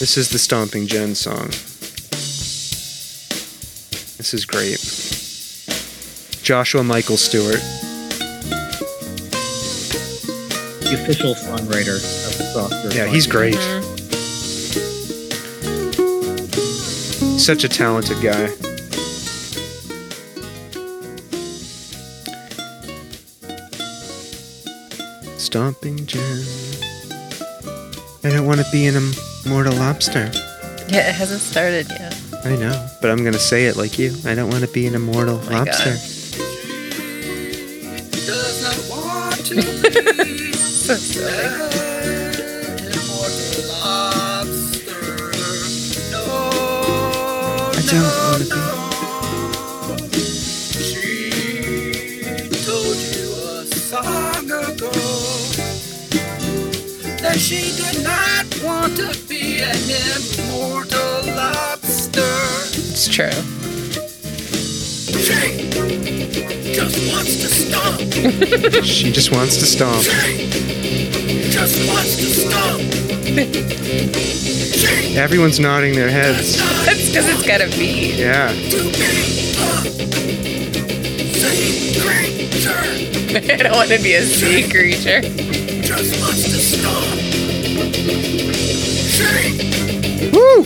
A: This is the Stomping Jen song. This is great. Joshua Michael Stewart.
D: the official songwriter of the software.
A: Yeah, he's great. Such a talented guy. Stomping Jen. I don't want to be an immortal lobster.
B: Yeah, it hasn't started yet.
A: I know, but I'm gonna say it like you. I don't want to be an immortal
B: Oh my God.
A: lobster.
B: So silly.
A: I don't want to be.
B: It's true.
A: She just wants to stomp. Everyone's nodding their heads.
B: That's because it's got a beat.
A: Yeah.
B: I don't want to be a sea creature.
A: Woo!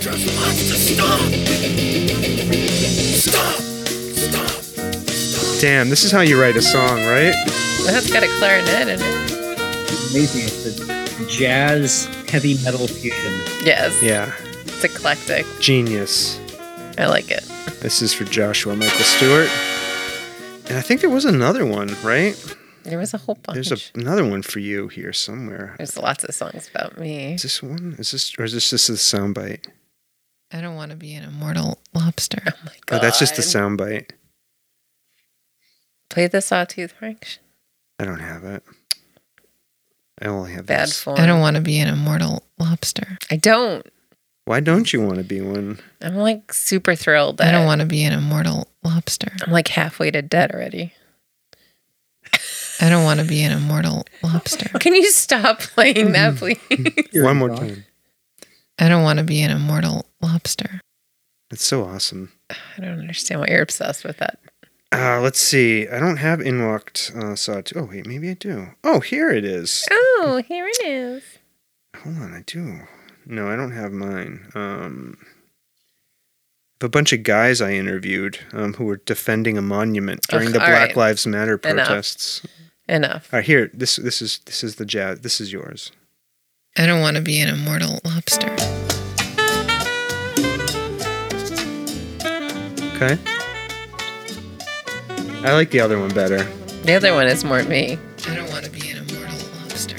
A: Damn, this is how you write a song, right?
B: That's got a clarinet in it.
D: amazing. It's a jazz heavy metal fusion.
B: Yes.
A: Yeah.
B: It's eclectic.
A: Genius.
B: I like it.
A: This is for Joshua Michael Stewart. And I think there was another one, right?
B: There was a whole bunch.
A: There's a, another one for you here somewhere.
B: There's lots of songs about me.
A: Is this one? Is this or is this just a soundbite?
G: I don't want to be an immortal lobster.
B: Oh my
A: Oh,
B: god.
A: that's just a soundbite.
B: Play the Sawtooth Frank.
A: I don't have it. I only have
B: Bad
A: this.
B: form.
G: I don't want to be an immortal lobster.
B: I don't.
A: Why don't you want to be one?
B: I'm like super thrilled that
G: I don't want to be an immortal lobster.
B: I'm like halfway to dead already.
G: I don't want to be an immortal lobster.
B: Can you stop playing
G: Mm.
B: that, please?
A: one more time.
G: I don't want to be an immortal lobster.
A: It's so awesome.
B: I don't understand why you're obsessed with that.
A: Uh, let's see. I don't have Inwalked uh, Sawtooth. Oh, wait, maybe I do. Oh, here it is.
B: Oh, here it is.
A: Hold on, I do. No, I don't have mine. Um, a bunch of guys I interviewed um, who were defending a monument during
B: Ugh,
A: the
B: all
A: Black
B: right.
A: Lives Matter
B: Enough.
A: protests.
B: Enough.
A: All right, here. This this is this is the jazz. This is yours.
G: I don't want to be an immortal lobster.
A: Okay. I like the other one better.
B: The other one is more me.
G: I don't want to be an immortal lobster.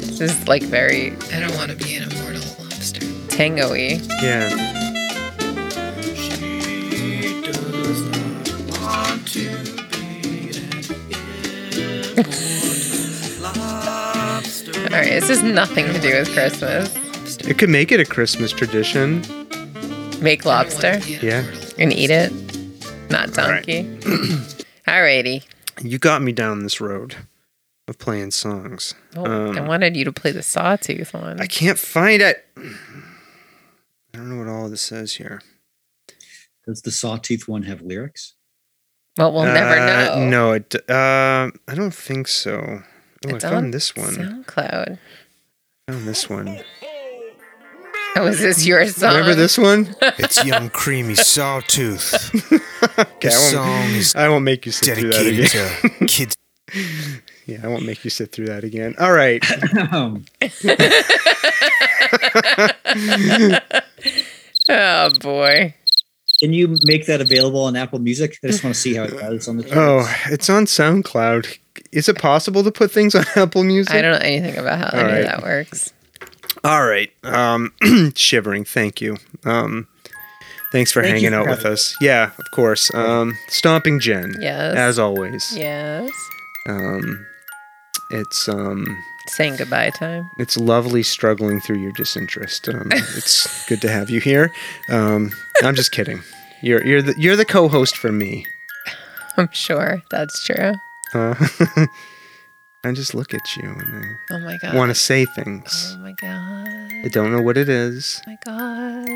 B: This is like very
G: I don't want to be an immortal lobster.
B: tango-y.
A: Yeah.
B: All right, this has nothing to do with Christmas.
A: It could make it a Christmas tradition.
B: Make lobster
A: Yeah.
B: and eat it. Not donkey. Alrighty.
A: You got me down this road of playing songs.
B: Oh, I
A: Um,
B: wanted you to play the Sawtooth one.
A: I can't find it. I don't know what all of this says here.
D: Does the Sawtooth one have lyrics?
B: well, we'll never
A: Uh,
B: know.
A: No, it. Uh, I don't think so. Oh,
B: It's
A: I found
B: on
A: this one.
B: SoundCloud.
A: found this one.
B: Oh, is this your song?
A: Remember this one?
F: It's young, creamy sawtooth.
A: Okay, I won't,
F: is
A: I won't make you sit through that again.
F: to kids.
A: Yeah, I won't make you sit through that again. All right.
D: Um,
B: Oh boy.
D: can you make that available on Apple Music? I just want to see how it does on the.
A: Oh,
D: charts.
A: it's on SoundCloud. Is it possible to put things on Apple Music?
B: I don't know anything about how any
A: Alright.
B: of that works.
A: All right. Um, shivering. Thank you. Um, thanks for
D: Thank
A: hanging
D: you for
A: out with
D: having
A: us. Yeah, of course. Um, stomping Jen.
B: Yes.
A: As always.
B: Yes.
A: Um, it's um,
B: Saying goodbye time.
A: it's lovely struggling through your disinterest. Um, it's good to have you here. Um, I'm just kidding. You're you're the you're the co-host for me.
B: I'm sure that's true.
A: Uh, I just look at you and
B: Oh my god.
A: I want to say things.
B: Oh my god.
A: I don't know what it is.
B: Oh my god.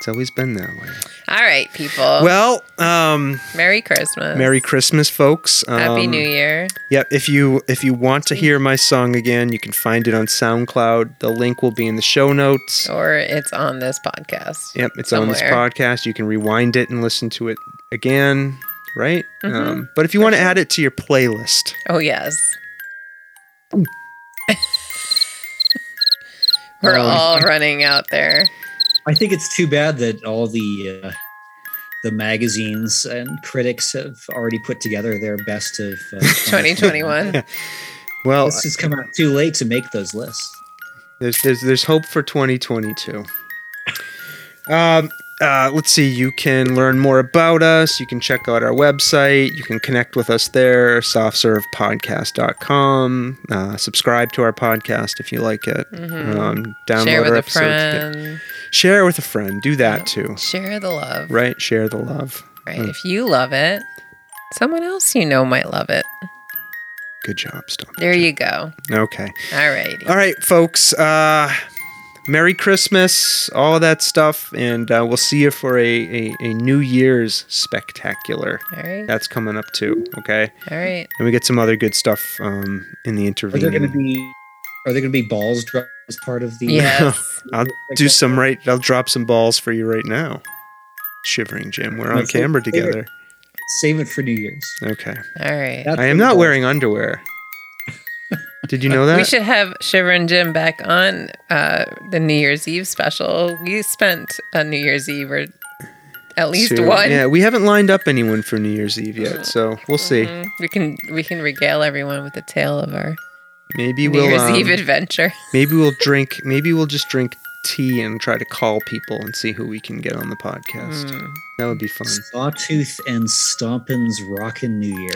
A: It's always been that way.
B: All right, people.
A: Well, um,
B: Merry Christmas.
A: Merry Christmas, folks. Um,
B: Happy New Year.
A: Yep. If you if you want to hear my song again, you can find it on SoundCloud. The link will be in the show notes.
B: Or it's on this podcast.
A: Yep, it's on this
B: Oh, somewhere.
A: podcast. You can rewind it and listen to it again, right?
B: Mm-hmm.
A: Um, but if you want to add it to your playlist,
B: Oh yes. We're
A: Oh,
D: Um,
B: all running out there.
D: I think it's too bad that all the uh, the magazines and critics have already put together their best of uh,
B: 2021.
A: well,
D: This has come out too late to make those lists.
A: there's there's there's hope for 2022. Um, uh, let's see. You can learn more about us. You can check out our website. You can connect with us there, softservepodcast.com. Uh, subscribe to our podcast if you like it. Um, download
B: Mm-hmm. Share with
A: our
B: a
A: episodes.
B: friend.
A: Share with a friend. Do that too.
B: Share the love.
A: Right? Share the love.
B: Right. If you love it, someone else you know might love it.
A: Good job, Stump.
B: There you go.
A: Okay.
B: All righty.
A: All right, folks. Uh, Merry Christmas, all of that stuff, and uh, we'll see you for a, a, a New Year's spectacular.
B: All right.
A: That's coming up too. Okay,
B: All right.
A: and we get some other good stuff um, in the
D: Are there going to
A: intervening.
D: be are there going to be balls dropped as part of the? uh,
B: Yes.
A: I'll do some right. I'll drop some balls for you right now. Shivering Jim, we're on
D: That's my
A: camera
D: favorite.
A: together.
D: Save it for New Year's.
A: Okay,
B: All right.
D: That's
A: I am
D: where the
A: not
D: balls-
A: wearing underwear. Did you know that?
B: We should have Shiver and Jim back on uh, the New Year's Eve special. We spent a New Year's Eve or at least
A: Soon.
B: one. Oh,
A: Yeah, we haven't lined up anyone for New Year's Eve yet, so we'll see.
B: Mhm. We can we can regale everyone with the tale of our
A: Maybe
B: New
A: we'll
B: Year's
A: um,
B: Eve adventure.
A: Maybe we'll drink. Maybe we'll just drink tea and try to call people and see who we can get on the podcast.
B: Mm.
A: That would be fun.
D: Sawtooth and Stompin's Rockin' New Year.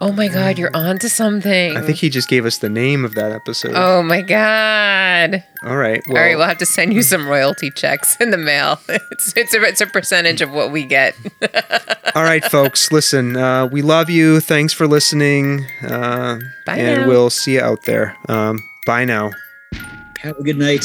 B: oh my God, you're on to something.
A: I think he just gave us the name of that episode.
B: Oh my God.
A: All right. Well,
B: All right, we'll have to send you some royalty checks in the mail. It's, it's, a, it's a percentage of what we get.
A: all right, folks. Listen, uh, we love you. Thanks for listening. Uh,
B: Bye
A: and
B: now.
A: we'll see you out there. Um, bye now.
D: Have a good night.